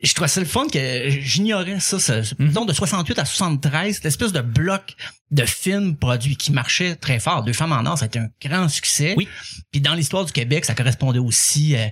Speaker 4: je trouvais ça le fun que j'ignorais ça, ce, ce-
Speaker 2: Mhm.
Speaker 4: disons, de 68 à 73, l'espèce de bloc de films produits qui marchait très fort. Deux femmes en or, ça a été un grand succès.
Speaker 1: Oui.
Speaker 4: Puis dans l'histoire du Québec, ça correspondait aussi, euh,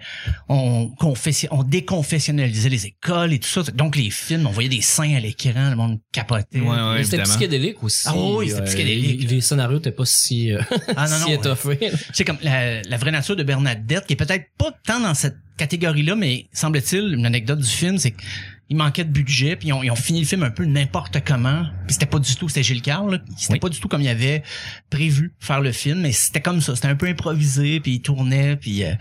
Speaker 4: on, confessi- on déconfessionnalisait les écoles et tout ça. Donc les films, on voyait des seins à l'écran, le monde capotait.
Speaker 2: Mais C'était psychédélique aussi.
Speaker 4: Ah oui, c'était
Speaker 2: Euh,
Speaker 4: psychédélique.
Speaker 2: les- Les scénarios étaient pas si, euh,
Speaker 4: Ah non,
Speaker 2: si
Speaker 4: non,
Speaker 2: étoffés.
Speaker 4: C'est comme la, la vraie nature de Bernadette, qui est peut-être pas tant dans cette catégorie-là, mais semble-t-il, une anecdote du film, c'est qu'il manquait de budget, puis ils ont, ils ont fini le film un peu n'importe comment, puis c'était pas du tout, c'était Gilles Carle, là, puis c'était
Speaker 1: Oui.
Speaker 4: pas du tout comme il avait prévu faire le film, mais c'était comme ça, c'était un peu improvisé, puis il tournait, puis... euh,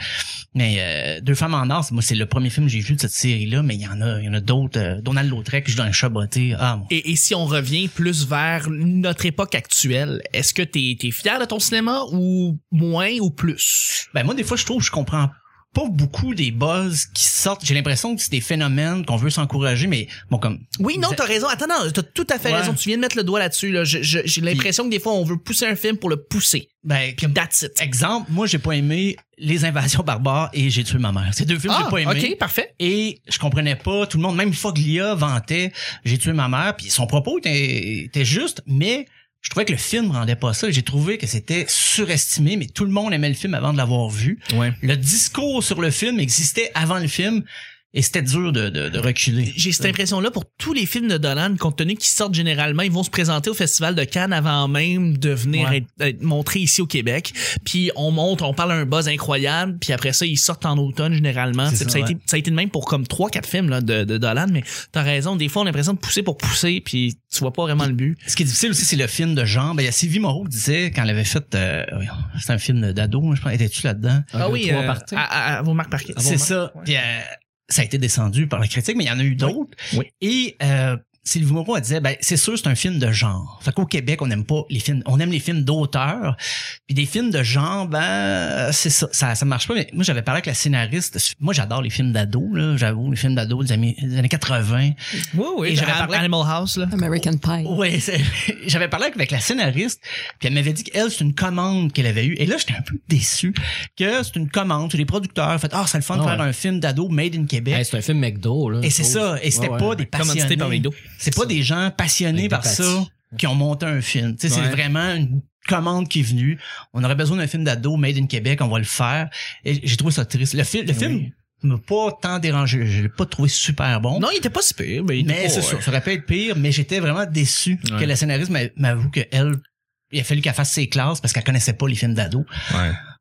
Speaker 4: mais euh, Deux femmes en or, c'est- moi, c'est le premier film que j'ai vu de cette série-là, mais il y en a, il y en a d'autres. euh, Donald Lautrec, je dans un chaboté, ah mon...
Speaker 1: Et, et si on revient plus vers notre époque actuelle, est-ce que t'es es fier de ton cinéma ou moins ou plus?
Speaker 4: Ben moi des fois je trouve que je comprends pas beaucoup des buzz qui sortent. J'ai l'impression que c'est des phénomènes qu'on veut s'encourager, mais bon comme
Speaker 1: Oui, non, t'as raison. Attends, non, t'as tout à fait
Speaker 4: Ouais.
Speaker 1: raison. Tu viens de mettre le doigt là-dessus. Là. Je- je- J'ai l'impression que des fois, on veut pousser un film pour le pousser.
Speaker 4: ben comme
Speaker 1: That's it.
Speaker 4: exemple, moi j'ai pas aimé Les Invasions barbares et J'ai tué ma mère. Ces deux films j'ai pas aimé.
Speaker 1: Ah, ok, parfait.
Speaker 4: Et je comprenais pas tout le monde, même Foglia vantait J'ai tué ma mère, puis son propos était, était juste, mais je trouvais que le film rendait pas ça. J'ai trouvé que c'était surestimé, mais tout le monde aimait le film avant de l'avoir vu.
Speaker 1: Ouais.
Speaker 4: Le discours sur le film existait avant le film, et c'était dur de, de, de reculer.
Speaker 1: J'ai cette impression-là pour tous les films de Dolan, compte tenu qu'ils sortent généralement, ils vont se présenter au Festival de Cannes avant même de venir
Speaker 4: Ouais.
Speaker 1: être, être montrés ici au Québec. Puis on monte, on parle un buzz incroyable, puis après ça, ils sortent en automne généralement.
Speaker 4: C'est
Speaker 1: C'est- Ça,
Speaker 4: ça,
Speaker 1: a été, ça a été de même pour comme trois, quatre films là, de, de Dolan, mais t'as raison, des fois on a l'impression de pousser pour pousser, puis tu vois pas vraiment le but.
Speaker 4: Ce qui est difficile aussi, c'est le film de genre. Ben, il y a Sylvie Moreau qui disait, quand elle avait fait... euh, c'est un film d'ado, je pense. Étais-tu là-dedans?
Speaker 2: Un, deux, trois
Speaker 1: euh,
Speaker 2: parties.
Speaker 1: à, à- à vos marques parquet.
Speaker 4: c'est ça. Puis, euh, ça a été descendu par la critique, mais il y en a eu d'autres.
Speaker 1: Oui.
Speaker 4: Et... Euh, Sylvie Moreau, elle disait, ben, c'est sûr, c'est un film de genre. Fait qu'au Québec, on n'aime pas les films, on aime les films d'auteur. Puis des films de genre, ben, euh, c'est ça, ça, ça marche pas. Mais moi, j'avais parlé avec la scénariste. Moi, j'adore les films d'ado, là. J'avoue, les films d'ado des, années- des années 80.
Speaker 1: Oui, oui. Et j'avais
Speaker 4: ben, à-
Speaker 1: parlé Animal House, là.
Speaker 3: American
Speaker 2: Oh.
Speaker 3: Pie.
Speaker 4: Oui, j'avais parlé avec la scénariste, puis elle m'avait dit qu'elle, c'est une commande qu'elle avait eue. Et là, j'étais un peu déçu que c'est une commande. que Les producteurs ont fait « Ah, c'est le fun de
Speaker 2: Ah
Speaker 4: faire
Speaker 2: ouais.
Speaker 4: un film d'ado made in Québec.
Speaker 2: Hey, c'est un film McDo, là.
Speaker 4: Et c'est
Speaker 2: je
Speaker 4: ça. Et c'était
Speaker 2: Ouais, ouais.
Speaker 4: pas des
Speaker 1: Commandité
Speaker 4: passionnés.
Speaker 1: par McDo.
Speaker 4: C'est pas
Speaker 2: ça.
Speaker 4: des gens passionnés
Speaker 2: Avec des
Speaker 4: par ça
Speaker 2: pâtis.
Speaker 4: qui ont monté un film. Tu sais,
Speaker 2: Ouais.
Speaker 4: C'est vraiment une commande qui est venue. On aurait besoin d'un film d'ado made in Québec, on va le faire. Et j'ai trouvé ça triste. Le,
Speaker 2: Ben
Speaker 4: film, le film m'a pas tant dérangé. Je l'ai pas trouvé super bon.
Speaker 1: Non, il était pas si pire, mais, il était
Speaker 4: Oh.
Speaker 1: pas-
Speaker 4: Mais
Speaker 1: euh,
Speaker 4: c'est sûr, ça aurait pu être pire, mais j'étais vraiment déçu
Speaker 1: Ouais.
Speaker 4: que la scénariste m'a- m'avoue qu'elle, il a fallu qu'elle fasse ses classes parce qu'elle connaissait pas les films d'ado.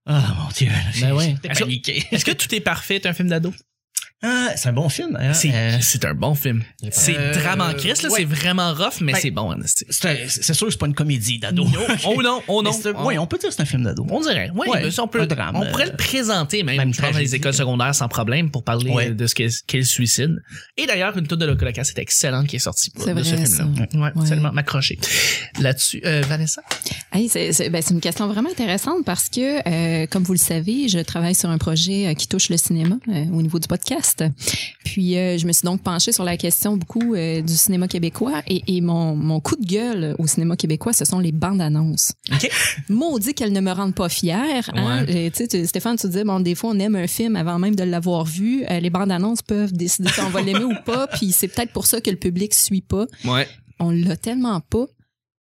Speaker 4: Ah mon dieu, là, j'ai-
Speaker 2: Ben ouais.
Speaker 4: j'étais paniqué.
Speaker 1: Est-ce que tout est parfait, un film d'ado?
Speaker 4: Ah, c'est un bon film. hein.
Speaker 1: C'est
Speaker 4: Euh,
Speaker 1: c'est un bon film.
Speaker 2: Il est pas-
Speaker 1: C'est
Speaker 4: Euh,
Speaker 1: drame en crise, là.
Speaker 4: ouais.
Speaker 1: C'est vraiment rough, mais
Speaker 4: Ben,
Speaker 1: c'est bon, Anastie.
Speaker 4: c'est un- c'est sûr, c'est pas une comédie d'ado.
Speaker 1: Oh non, oh non.
Speaker 4: Mais c'est-
Speaker 1: on,
Speaker 4: ouais, on peut dire que c'est un film d'ado.
Speaker 1: on dirait. Oui,
Speaker 4: Ouais,
Speaker 1: mais ça, on peut.
Speaker 4: un drame,
Speaker 1: on pourrait
Speaker 4: euh,
Speaker 1: le présenter même,
Speaker 4: même
Speaker 1: je pense, dans les
Speaker 4: tragédie.
Speaker 1: écoles secondaires sans problème pour parler
Speaker 4: Ouais.
Speaker 1: euh, de ce qu'est qu'est le suicide. Et d'ailleurs, une toute de l'Holocauste est excellente qui est sortie pour,
Speaker 3: C'est
Speaker 1: de ce
Speaker 3: vrai,
Speaker 1: film-là. Ouais,
Speaker 3: Ouais.
Speaker 1: tellement m'accrocher. Là-dessus, euh, Vanessa?
Speaker 3: Hey, c'est c'est- ben, c'est une question vraiment intéressante parce que, euh, comme vous le savez, je travaille sur un projet euh, qui touche le cinéma euh, au niveau du podcast. Puis, euh, je me suis donc penchée sur la question beaucoup euh, du cinéma québécois et, et mon, mon coup de gueule au cinéma québécois, ce sont les bandes annonces.
Speaker 4: OK.
Speaker 3: Maudit qu'elles ne me rendent pas fière. hein. Et, tu sais, tu- Stéphane, tu disais, bon, des fois, on aime un film avant même de l'avoir vu. Euh, les bandes annonces peuvent décider si on va l'aimer ou pas. Puis, c'est peut-être pour ça que le public suit pas.
Speaker 1: Ouais.
Speaker 3: On l'a tellement pas.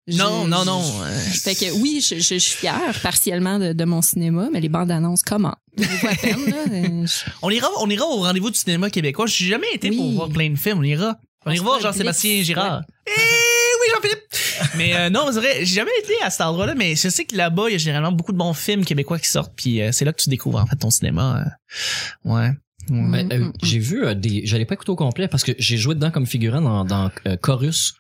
Speaker 3: Je-
Speaker 1: Non, non, non.
Speaker 3: je-
Speaker 1: euh,
Speaker 3: fait que oui, je, je- je suis fière partiellement de, de mon cinéma, mais les bandes annonces, comment? Je vous vois à peine, là. Euh, je-
Speaker 1: On ira, on ira au rendez-vous du cinéma québécois. J'ai jamais été
Speaker 3: Oui.
Speaker 1: pour voir plein de films. On ira. On,
Speaker 3: On
Speaker 1: ira
Speaker 3: se
Speaker 1: voir
Speaker 3: voit avec
Speaker 1: Jean-Sébastien
Speaker 3: Blix.
Speaker 1: Girard. Eh oui, Jean-Philippe! mais euh, non, c'est vrai, j'ai jamais été à cet endroit-là, mais je sais que là-bas, il y a généralement beaucoup de bons films québécois qui sortent, puis euh, c'est là que tu découvres en fait ton cinéma. euh. Ouais. Ouais.
Speaker 2: Ben, euh,
Speaker 3: Mm, mm, mm.
Speaker 2: j'ai vu euh, des. Je l'ai pas écouté au complet parce que j'ai joué dedans comme figurant dans, dans euh, Chorus.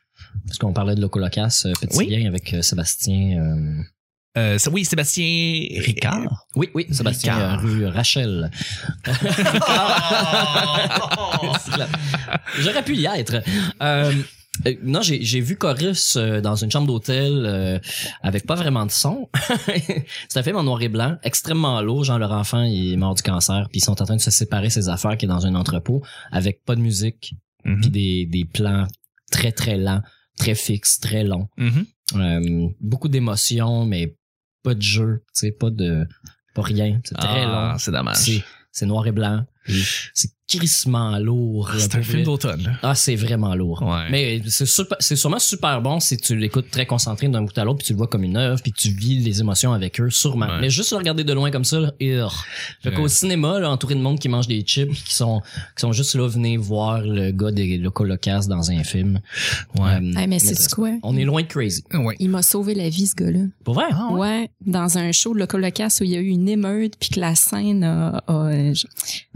Speaker 2: Parce qu'on parlait de Locolocas, euh, petit
Speaker 1: Oui.
Speaker 2: lien avec euh, Sébastien. euh,
Speaker 1: Euh, ça- oui, Sébastien
Speaker 4: Ricard.
Speaker 2: Oui, oui, Sébastien
Speaker 1: Ricard.
Speaker 2: euh, rue Rachel.
Speaker 1: Ah!
Speaker 2: J'aurais pu y être. Euh, euh, non, j'ai j'ai vu Chorus euh, dans une chambre d'hôtel euh, avec pas vraiment de son. C'est un film en noir et blanc, extrêmement lourd. Genre, leur enfant il est mort du cancer, puis ils sont en train de se séparer ses affaires qui est dans un entrepôt avec pas de musique,
Speaker 1: Mhm.
Speaker 2: puis des, des plans très très lents, très fixes, très longs.
Speaker 1: Mhm.
Speaker 2: Euh, beaucoup d'émotions, mais pas de jeu, tu sais, pas de pas rien. C'est très
Speaker 1: Ah,
Speaker 2: long.
Speaker 1: C'est dommage.
Speaker 2: C'est- C'est noir et blanc. C'est crissement lourd.
Speaker 1: Ah, C'est
Speaker 2: pour
Speaker 1: un film
Speaker 2: vrai.
Speaker 1: d'automne, là.
Speaker 2: Ah, c'est vraiment lourd.
Speaker 1: Ouais.
Speaker 2: Mais c'est super- c'est sûrement super bon si tu l'écoutes très concentré d'un bout à l'autre, puis tu le vois comme une œuvre, puis tu vis les émotions avec eux, sûrement.
Speaker 1: Ouais.
Speaker 2: Mais juste le regarder de loin comme ça, là, urgh. Fait
Speaker 1: Ouais.
Speaker 2: qu'au cinéma, là, entouré de monde qui mange des chips, qui sont, qui sont juste là, venez voir le gars des locolocasts dans un film.
Speaker 1: Ouais.
Speaker 2: Euh,
Speaker 3: Hey, mais c'est quoi?
Speaker 2: On est loin de crazy.
Speaker 1: Ouais.
Speaker 3: Il m'a sauvé la vie, ce gars-là.
Speaker 2: Pour vrai?
Speaker 1: Ah,
Speaker 3: Ouais.
Speaker 1: ouais.
Speaker 3: dans un show de Locolocasse où il y a eu une émeute, puis que la scène a... a- je,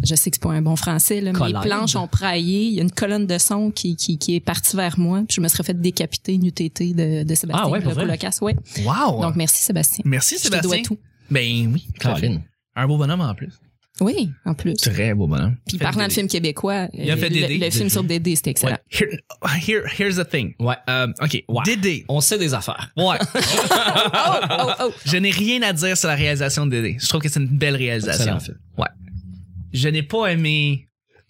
Speaker 3: je sais que c'est pas un bon français, là, mais les
Speaker 2: Collègue.
Speaker 3: planches ont praillé. Il y a une colonne de son qui, qui, qui est partie vers moi. puis je me serais fait décapiter, nu tété de, de Sébastien
Speaker 2: Ah ouais, pour vrai?
Speaker 3: Locolocasse. Ouais.
Speaker 1: Wow!
Speaker 3: Donc, merci, Sébastien.
Speaker 1: Merci,
Speaker 3: Je te dois
Speaker 1: Sébastien.
Speaker 3: tout.
Speaker 1: Ben oui,
Speaker 2: Colin.
Speaker 1: Un beau bonhomme en plus.
Speaker 3: Oui, en plus.
Speaker 1: Très beau bonhomme.
Speaker 3: Puis
Speaker 1: Fait
Speaker 3: parlant de
Speaker 1: Dédé.
Speaker 3: films québécois,
Speaker 1: Il a
Speaker 3: euh,
Speaker 1: fait Dédé.
Speaker 3: le, le film
Speaker 1: Dédé.
Speaker 3: sur Dédé, c'était excellent.
Speaker 1: Ouais. Here- here- here's the thing.
Speaker 2: Ouais.
Speaker 1: Euh, OK.
Speaker 2: Ouais.
Speaker 1: Dédé.
Speaker 2: On sait des affaires.
Speaker 1: Ouais.
Speaker 3: Oh, oh, oh.
Speaker 1: Je n'ai rien à dire sur la réalisation de Dédé. Je trouve que c'est une belle réalisation.
Speaker 2: Excellent film.
Speaker 1: Ouais. Je n'ai pas aimé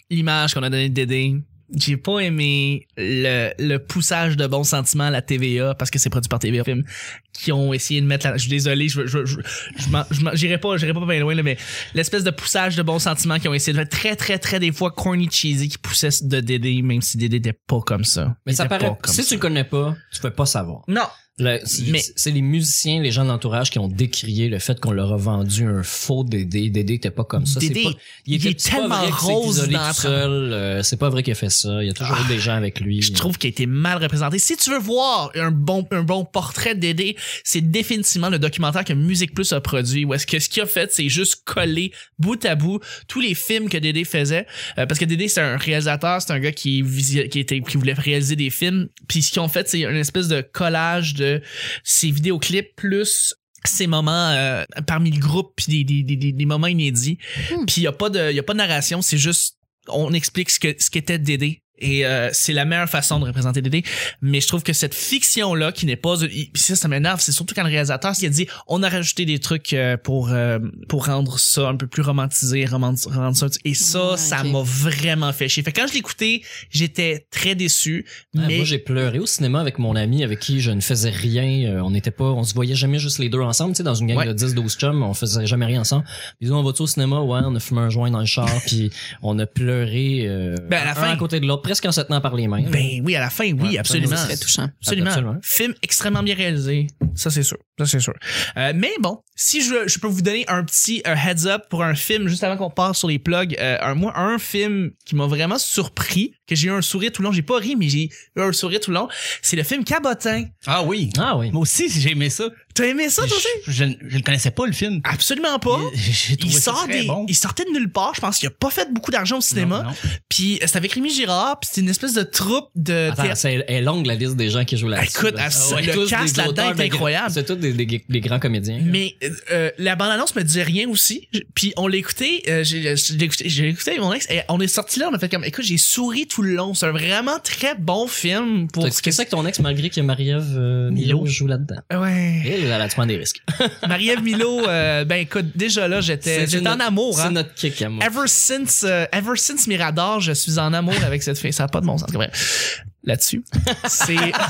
Speaker 1: l'image qu'on a donnée de Dédé. J'ai pas aimé le, le poussage de bons sentiments à la TVA parce que c'est produit par TVA Film qui ont essayé de mettre la... Je suis désolé, je je je je m'en- je m'en- j'irai pas j'irai pas bien loin là, mais l'espèce de poussage de bons sentiments qui ont essayé de faire très très très des fois corny cheesy qui poussait de Dédé même si Dédé était pas comme ça.
Speaker 2: Mais
Speaker 1: Il
Speaker 2: ça
Speaker 1: était
Speaker 2: paraît,
Speaker 1: pas comme
Speaker 2: si tu
Speaker 1: ça.
Speaker 2: le connais pas, tu peux pas savoir.
Speaker 1: Non,
Speaker 2: Le- c'est-
Speaker 1: Mais-
Speaker 2: C'est les musiciens, les gens de l'entourage qui ont décrié le fait qu'on leur a vendu un faux Dédé. Dédé était pas comme ça. C'est
Speaker 1: Dédé,
Speaker 2: pas-
Speaker 1: il est
Speaker 2: c'est pas
Speaker 1: tellement
Speaker 2: vrai qu'il s'est
Speaker 1: rose
Speaker 2: isolé
Speaker 1: dans la Ah,
Speaker 2: tout seul. euh, c'est pas vrai qu'il a fait ça. Il y a toujours eu des gens avec lui.
Speaker 1: Je trouve qu'il a été mal représenté. Si tu veux voir un bon, un bon portrait de Dédé, c'est définitivement le documentaire que Musique Plus a produit. Où est-ce que ce qu'il a fait, c'est juste coller bout à bout tous les films que Dédé faisait. Euh, parce que Dédé, c'est un réalisateur, c'est un gars qui, visi- qui, était, qui voulait réaliser des films. Puis ce qu'ils ont fait, c'est une espèce de collage de ses vidéoclips plus ses moments euh, parmi le groupe puis des, des, des- des, des moments inédits
Speaker 3: Hmm.
Speaker 1: puis il y a pas de y a pas de narration c'est juste on explique ce que ce qu'était Dédé et euh, c'est la meilleure façon de représenter Dédé mais je trouve que cette fiction là qui n'est pas une- il- ça ça m'énerve c'est surtout quand le réalisateur il a dit on a rajouté des trucs euh, pour euh, pour rendre ça un peu plus romantisé roman- rendre ça et ça
Speaker 3: Ouais,
Speaker 1: ça
Speaker 3: ok.
Speaker 1: m'a vraiment fait chier fait que quand je l'écoutais j'étais très déçu
Speaker 2: Ah,
Speaker 1: mais
Speaker 2: Moi, j'ai pleuré au cinéma avec mon ami avec qui je ne faisais rien. Euh, on n'était pas, on se voyait jamais juste les deux ensemble. Tu sais, dans une gang
Speaker 1: Ouais.
Speaker 2: de 10-12 chums, on faisait jamais rien ensemble. Puis nous, on va-tu au cinéma? Ouais, on a fumé un joint dans le char, puis on a pleuré euh,
Speaker 1: Ben, à la
Speaker 2: un
Speaker 1: fin-
Speaker 2: à côté de l'autre, presque en se tenant par les mains.
Speaker 1: ben oui à la fin oui
Speaker 2: Ouais,
Speaker 1: absolument
Speaker 2: ça,
Speaker 3: Très touchant.
Speaker 1: Absolument.
Speaker 2: Absolument.
Speaker 1: Film extrêmement bien réalisé. Ça, c'est sûr. Ça, c'est sûr. Euh, mais bon, si je, je peux vous donner un petit euh, heads up pour un film, juste avant qu'on part sur les plugs, euh, un, moi, un film qui m'a vraiment surpris, que j'ai eu un sourire tout le long, j'ai pas ri, mais j'ai eu un sourire tout le long, c'est le film Cabotin.
Speaker 4: Ah oui.
Speaker 2: Ah oui.
Speaker 4: Moi aussi, j'ai aimé ça.
Speaker 1: T'as aimé ça, toi aussi?
Speaker 4: je, je, je le connaissais pas, le film.
Speaker 1: Absolument pas.
Speaker 4: J'ai- j'ai
Speaker 1: Il,
Speaker 4: trouvé ça
Speaker 1: sort
Speaker 4: très
Speaker 1: des,
Speaker 4: bon.
Speaker 1: il sortait de nulle part. Je pense qu'il a pas fait beaucoup d'argent au cinéma.
Speaker 4: Non, non.
Speaker 1: Puis euh, c'est avec Rémi Girard. Puis c'est une espèce de troupe de
Speaker 2: Attends,
Speaker 1: théâtre.
Speaker 2: c'est elle est longue la liste des gens qui jouent la
Speaker 1: Écoute, ah, le cast là-dedans est incroyable.
Speaker 2: C'est tous des, des- des grands comédiens.
Speaker 1: Mais euh, euh, la bande-annonce me disait rien aussi. J- Puis on l'a écouté, euh, j'ai je l'ai écouté, j'ai écouté avec mon ex, et on est sorti là, on a fait comme, écoute, j'ai souri tout le long. C'est un vraiment très bon film pour
Speaker 2: T'as
Speaker 1: ce que
Speaker 2: expliqué ça que ton ex, malgré que Marie-Ève euh,
Speaker 4: Milo.
Speaker 2: Milo joue là-dedans.
Speaker 1: Ouais.
Speaker 2: Elle, elle a prends des risques.
Speaker 1: Marie-Ève Milo, euh, ben écoute, déjà là, j'étais
Speaker 2: C'est
Speaker 1: j'étais en
Speaker 2: notre-
Speaker 1: amour.
Speaker 2: C'est
Speaker 1: Hein.
Speaker 2: notre kick à moi.
Speaker 1: Ever since, euh, ever since Mirador, je suis en amour avec cette fille. Ça n'a pas de bon sens. Bref, Là-dessus, c'est
Speaker 2: Ah,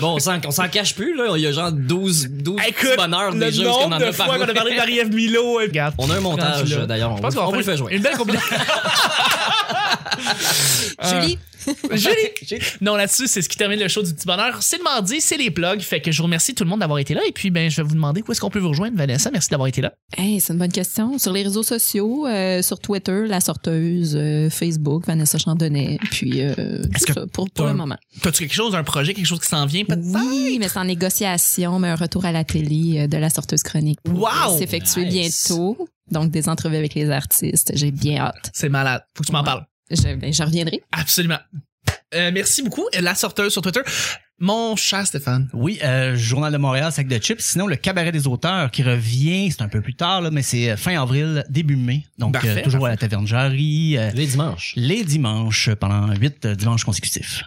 Speaker 2: Bon, on s'en, on s'en cache plus, là. Il y a genre 12, 12 petits bonheurs
Speaker 1: le
Speaker 2: déjà qu'on en
Speaker 1: nombre
Speaker 2: a
Speaker 1: de
Speaker 2: parlé.
Speaker 1: fois qu'on a parlé de Marie-Ève Milo. et- Regarde,
Speaker 2: On a un montage,
Speaker 1: Rendu là.
Speaker 2: d'ailleurs. On,
Speaker 1: Je pense
Speaker 2: va-
Speaker 1: qu'on
Speaker 2: on
Speaker 1: va
Speaker 2: va le
Speaker 1: faire
Speaker 2: faire jouer.
Speaker 1: une belle combinaison. Ah.
Speaker 3: Julie,
Speaker 1: Julie. Non, là-dessus, c'est ce qui termine le show du petit bonheur. C'est le mardi, c'est les plugs. Fait que je vous remercie tout le monde d'avoir été là. Et puis, ben, je vais vous demander où est-ce qu'on peut vous rejoindre, Vanessa. Merci d'avoir été là.
Speaker 3: Hey, c'est une bonne question. Sur les réseaux sociaux, euh, sur Twitter, La Sorteuse, euh, Facebook, Vanessa Chandonnet, puis euh,
Speaker 1: Est-ce
Speaker 3: tout
Speaker 1: que
Speaker 3: ça, pour, pour
Speaker 1: t'as
Speaker 3: le
Speaker 1: un-
Speaker 3: moment.
Speaker 1: T'as-tu quelque chose, un projet, quelque chose qui s'en vient? peut-être?
Speaker 3: Oui, mais c'est en négociation, mais un retour à la télé euh, de La Sorteuse chronique pour
Speaker 1: Wow!
Speaker 3: euh, s'effectuer
Speaker 2: Nice.
Speaker 3: bientôt. Donc, des entrevues avec les artistes. J'ai bien hâte.
Speaker 1: C'est malade. Faut que tu m'en
Speaker 3: Ouais.
Speaker 1: parles.
Speaker 3: Je, ben, je reviendrai.
Speaker 1: Absolument. Euh, merci beaucoup. La sorteuse sur Twitter. Mon cher Stéphane.
Speaker 4: Oui, euh, Journal de Montréal, sac de chips. Sinon, le cabaret des auteurs qui revient, c'est un peu plus tard, là, mais c'est euh, fin avril, début mai. Donc,
Speaker 1: Parfait,
Speaker 4: euh, toujours à la taverne Jarry, euh,
Speaker 2: Les dimanches.
Speaker 4: les dimanches, euh, pendant huit euh, dimanches consécutifs.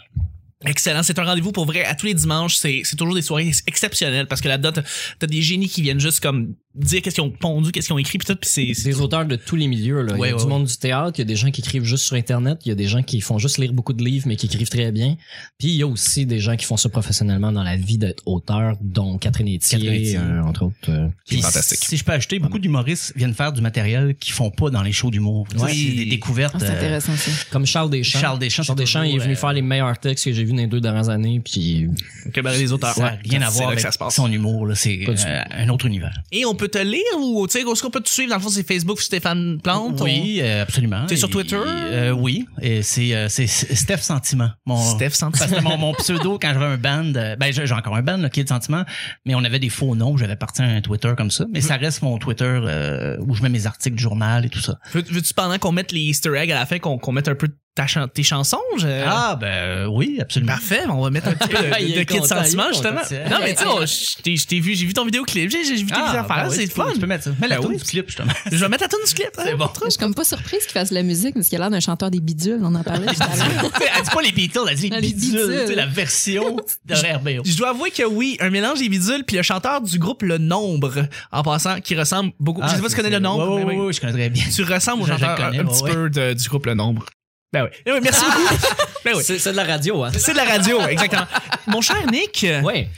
Speaker 1: Excellent. C'est un rendez-vous pour vrai. À tous les dimanches, c'est c'est toujours des soirées ex- exceptionnelles parce que là-dedans, t'as- t'as des génies qui viennent juste comme dire qu'est-ce qu'ils ont pondu, qu'est-ce qu'ils ont écrit, puis tout, puis c'est-
Speaker 2: C'est
Speaker 1: c'est.
Speaker 2: des auteurs de tous les milieux. Là. il
Speaker 4: Ouais,
Speaker 2: y a
Speaker 4: ouais,
Speaker 2: du
Speaker 4: ouais.
Speaker 2: monde du théâtre, il y a des gens qui écrivent juste sur Internet, il y a des gens qui font juste lire beaucoup de livres, mais qui écrivent très bien. Puis il y a aussi des gens qui font ça professionnellement dans la vie d'être auteur, dont Catherine Etier,
Speaker 4: Catherine Hétier.
Speaker 2: euh, entre autres. euh.
Speaker 1: C'est fantastique. Mm.
Speaker 4: Si je peux acheter, beaucoup d'humoristes viennent faire du matériel qu'ils font pas dans les shows d'humour.
Speaker 1: Ouais.
Speaker 4: C'est des découvertes.
Speaker 3: Ah, C'est
Speaker 4: euh,
Speaker 3: intéressant, ça.
Speaker 2: Comme Charles Deschamps.
Speaker 4: Charles Deschamps,
Speaker 2: Charles
Speaker 4: c'est
Speaker 2: Deschamps, il est
Speaker 4: toujours,
Speaker 2: venu
Speaker 4: euh,
Speaker 2: faire les meilleurs textes que j'ai vus dans les deux dernières années, puis
Speaker 1: Cabaret des ben, auteurs.
Speaker 4: Ça n'a
Speaker 1: Ouais,
Speaker 4: rien à
Speaker 1: c'est
Speaker 4: voir
Speaker 1: là que
Speaker 4: avec
Speaker 1: ça se passe.
Speaker 4: son humour. là. C'est
Speaker 2: Pas du
Speaker 4: euh, un autre univers.
Speaker 1: Et on peut te lire ou, tu sais, est-ce qu'on peut te suivre? Dans le fond, c'est Facebook, Stéphane Plante.
Speaker 4: Oui, euh, absolument.
Speaker 1: Ah, T'es sur
Speaker 4: Et-
Speaker 1: Twitter?
Speaker 4: euh, oui. Et c'est euh, c'est Steph Sentiment.
Speaker 1: on-
Speaker 4: Mon,
Speaker 1: Steph Santos.
Speaker 4: Parce que mon, mon pseudo, quand j'avais un band, euh, ben j'ai j'ai encore un band, là, qui est le sentiment, mais on avait des faux noms, j'avais parti à un Twitter comme ça, mais ça reste mon Twitter euh, où je mets mes articles de journal et tout ça.
Speaker 1: Veux- Veux-tu pendant qu'on mette les Easter eggs à la fin, qu'on qu'on mette un peu ta chan- tes chansons? je-
Speaker 4: Ah ben euh, oui, absolument.
Speaker 1: Parfait, on va mettre un petit peu de,
Speaker 2: Il
Speaker 1: de,
Speaker 2: est
Speaker 1: kid
Speaker 2: content,
Speaker 1: sentiment,
Speaker 2: il est
Speaker 1: justement.
Speaker 4: content.
Speaker 1: Non, mais tu sais, on- je t'ai- je t'ai vu, j'ai vu ton vidéoclip, j'ai j'ai vu tes
Speaker 4: Ah, ben
Speaker 1: affaires, là,
Speaker 4: oui,
Speaker 1: c'est
Speaker 4: tu peux-
Speaker 1: fun.
Speaker 4: Tu peux mettre ça. Mets la
Speaker 1: Ben
Speaker 4: toune
Speaker 1: oui.
Speaker 4: du clip, justement.
Speaker 1: Je vais mettre la tune du clip. hein.
Speaker 4: C'est bon.
Speaker 3: Je suis comme pas surprise qu'il fasse de la musique parce qu'il a l'air d'un chanteur des bidules. On en parlait tout à l'heure.
Speaker 4: elle dit pas les Beatles, elle dit les
Speaker 3: Les Beatles.
Speaker 4: Beatles, tu sais, la version de RBO.
Speaker 1: Je dois avouer que oui, un mélange des bidules puis le chanteur du groupe Le Nombre, en passant, qui ressemble beaucoup.
Speaker 4: Ah,
Speaker 1: je sais pas si tu connais Le Nombre,
Speaker 4: Oui,
Speaker 1: mais
Speaker 4: oui,
Speaker 1: oui.
Speaker 4: oui, je connais très bien.
Speaker 1: tu ressembles au
Speaker 4: Je- je le
Speaker 1: chanteur un,
Speaker 4: connais,
Speaker 1: un
Speaker 4: ouais,
Speaker 1: petit
Speaker 4: ouais.
Speaker 1: peu de- du groupe Le Nombre. Ben oui. Eh oui, merci beaucoup. Ben oui.
Speaker 2: c'est de la radio, hein?
Speaker 1: C'est de la radio, exactement. Mon cher Nick,
Speaker 2: Ouais,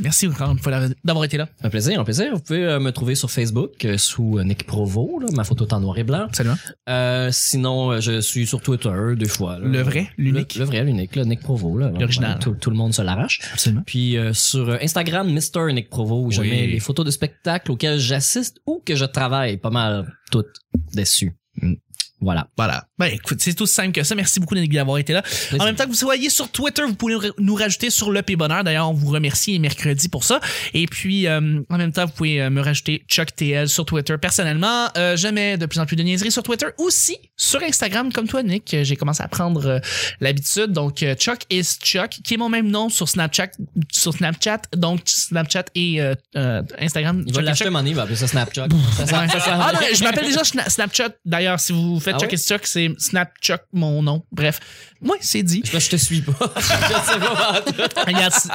Speaker 1: merci encore une fois d'avoir été là.
Speaker 2: un plaisir, un plaisir. Vous pouvez euh, me trouver sur Facebook euh, sous euh, Nick Provo, là, ma photo est en noir et blanc.
Speaker 1: Salut.
Speaker 2: Euh, sinon, euh, je suis sur Twitter deux fois. là.
Speaker 1: Le vrai, l'unique.
Speaker 2: Le, le vrai, l'unique, là, Nick Provo. là.
Speaker 1: L'original.
Speaker 2: Tout, tout le monde se l'arrache.
Speaker 1: Absolument.
Speaker 2: Puis euh, sur euh, Instagram, Mr. Nick Provo, où je
Speaker 1: Oui.
Speaker 2: mets les photos de spectacles auxquels j'assiste ou que je travaille pas mal toutes dessus.
Speaker 1: Mm.
Speaker 2: Voilà.
Speaker 1: Voilà. Ben écoute, c'est aussi simple que ça. Merci beaucoup Nick d'avoir été là. En même temps que vous soyez sur Twitter, vous pouvez nous rajouter sur le P Bonheur. D'ailleurs, on vous remercie les mercredis pour ça. Et puis, euh, en même temps, vous pouvez euh, me rajouter Chuck TL sur Twitter. Personnellement, euh, je mets de plus en plus de niaiseries sur Twitter. Aussi, sur Instagram, comme toi, Nick, euh, j'ai commencé à prendre euh, l'habitude. Donc, euh, Chuck is Chuck, qui est mon même nom sur Snapchat. Sur Snapchat. Donc, Snapchat et euh, euh, Instagram.
Speaker 2: Il
Speaker 1: Chuck
Speaker 2: va
Speaker 1: is
Speaker 2: l'acheter
Speaker 1: Chuck.
Speaker 2: un moment donné, il va appeler ça Snapchat. Ça sent- ça sent-
Speaker 1: Ah non, je m'appelle déjà Schna- Snapchat. D'ailleurs, si vous faites
Speaker 2: Ah
Speaker 1: Chuck
Speaker 2: ouais?
Speaker 1: is Chuck, c'est Snapchuck, mon nom. Bref, moi, c'est dit.
Speaker 2: Là, je te suis pas.
Speaker 1: Euh,
Speaker 2: je sais pas.
Speaker 1: Regarde, si-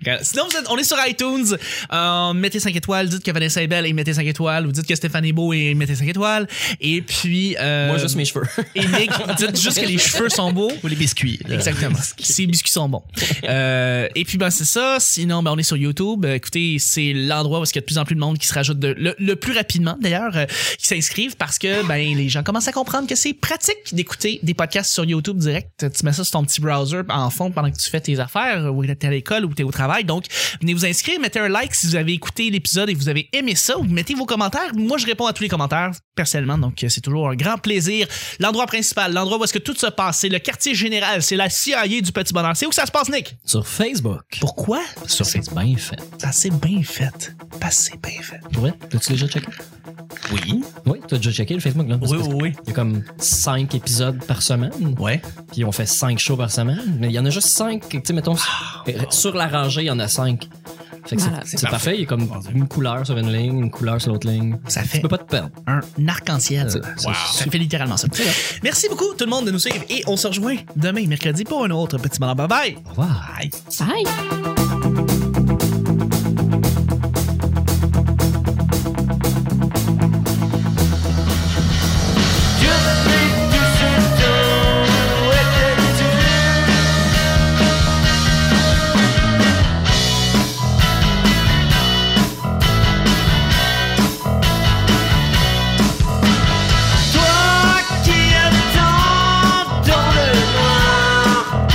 Speaker 1: regarde, Sinon, vous êtes- on est sur iTunes. Euh, mettez 5 étoiles. Dites que Vanessa est belle et mettez 5 étoiles. Vous dites que Stéphane est beau et mettez 5 étoiles. Et puis... euh,
Speaker 2: Moi, juste mes cheveux.
Speaker 1: Et Nick, dites juste que les cheveux sont beaux.
Speaker 4: Ou les biscuits. là.
Speaker 1: Exactement. Ces biscuits sont bons. Euh, et puis, ben, c'est ça. Sinon, ben, on est sur YouTube. Euh, Écoutez, c'est l'endroit où il y a de plus en plus de monde qui se rajoute de- le, le plus rapidement, d'ailleurs, euh, qui s'inscrivent parce que, ben, les gens commencent à comprendre que c'est pratique d'écouter des podcasts sur YouTube direct. Tu mets ça sur ton petit browser en fond pendant que tu fais tes affaires euh, ou t'es à l'école ou t'es au travail. Donc, venez vous inscrire, mettez un like si vous avez écouté l'épisode et vous avez aimé ça ou mettez vos commentaires. Moi, je réponds à tous les commentaires personnellement. Donc, euh, c'est toujours un grand plaisir. L'endroit principal, l'endroit où est-ce que tout se passe, c'est le quartier général, c'est la CIA du Petit Bonheur. C'est où que ça se passe, Nick?
Speaker 2: Sur Facebook.
Speaker 1: Pourquoi?
Speaker 2: Sur Facebook, bien fait.
Speaker 1: Ça c'est bien fait. Parce que c'est bien fait.
Speaker 2: Pour vrai? T'as-tu déjà checké?
Speaker 4: Oui.
Speaker 2: Oui, t'as déjà checké le Facebook, là?
Speaker 4: Oui, oui, oui.
Speaker 2: Il y a comme 5 épisodes par semaine,
Speaker 4: Ouais.
Speaker 2: puis on fait 5 shows par semaine, mais il y en a juste 5, tu sais, mettons, euh, sur la rangée, il y en a 5. Fait que c'est-
Speaker 3: Voilà.
Speaker 2: c'est
Speaker 4: C'est
Speaker 2: parfait.
Speaker 4: parfait.
Speaker 2: il y a comme une couleur sur une ligne, une couleur sur l'autre ligne.
Speaker 1: Ça
Speaker 2: Tu
Speaker 1: fait
Speaker 2: peux pas te perdre.
Speaker 1: un arc-en-ciel.
Speaker 2: C'est-
Speaker 1: Wow. Ça fait littéralement ça. Merci beaucoup tout le monde de nous suivre et on se rejoint demain mercredi pour un autre Petit Bonheur. Bye bye!
Speaker 2: Au revoir.
Speaker 1: Bye!
Speaker 3: Bye!
Speaker 5: Toi qui attends dans le noir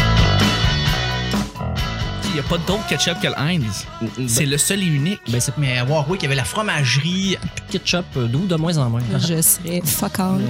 Speaker 1: Il n'y a pas d'autre ketchup que le Heinz. C'est le seul et unique.
Speaker 2: Ben, c'est
Speaker 4: Mais à Warwick, il y avait la fromagerie.
Speaker 2: ketchup euh, doux de moins en moins.
Speaker 3: Je serais fuck all.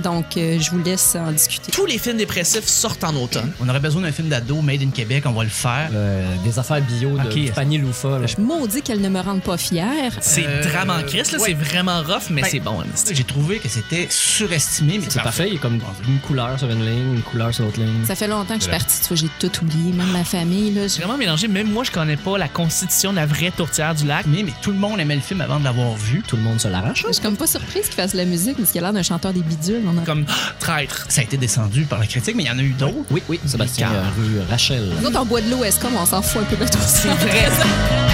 Speaker 3: Donc, euh, je vous laisse en discuter.
Speaker 1: Tous les films dépressifs sortent en automne.
Speaker 4: On aurait besoin d'un film d'ado made in Québec, on va le faire.
Speaker 2: Euh, des affaires bio de
Speaker 4: Ok.
Speaker 2: du panier loufa. là.
Speaker 3: Maudit qu'elle ne me rende pas fière.
Speaker 1: C'est
Speaker 4: Euh,
Speaker 1: drame en crise, là,
Speaker 4: ouais.
Speaker 1: c'est vraiment rough, mais
Speaker 4: Ben,
Speaker 1: c'est bon. honnêtement.
Speaker 4: J'ai trouvé que c'était surestimé, mais
Speaker 2: C'est parfait, il y a comme une couleur sur une ligne, une couleur sur l'autre ligne.
Speaker 3: Ça fait longtemps que je suis partie, tu vois, j'ai tout oublié, même ma famille. Là,
Speaker 1: J'ai
Speaker 3: je-
Speaker 1: vraiment mélangé, même moi je connais pas la constitution de la vraie tourtière du lac.
Speaker 4: Mais, mais tout le monde aimait le film avant de l'avoir vu.
Speaker 2: Tout le monde se l'arrache.
Speaker 3: je suis comme pas surprise qu'il fasse de la musique parce qu'il a l'air d'un chanteur des bidules. On en-
Speaker 1: Comme traître.
Speaker 4: Ça a été descendu par la critique, mais il y en a eu d'autres.
Speaker 2: Oui, oui, Sébastien,
Speaker 4: Picard.
Speaker 2: euh, rue Rachel.
Speaker 3: Nous autres, on boit de l'eau, est-ce qu'on s'en fout un peu de tout ça?
Speaker 1: C'est vrai.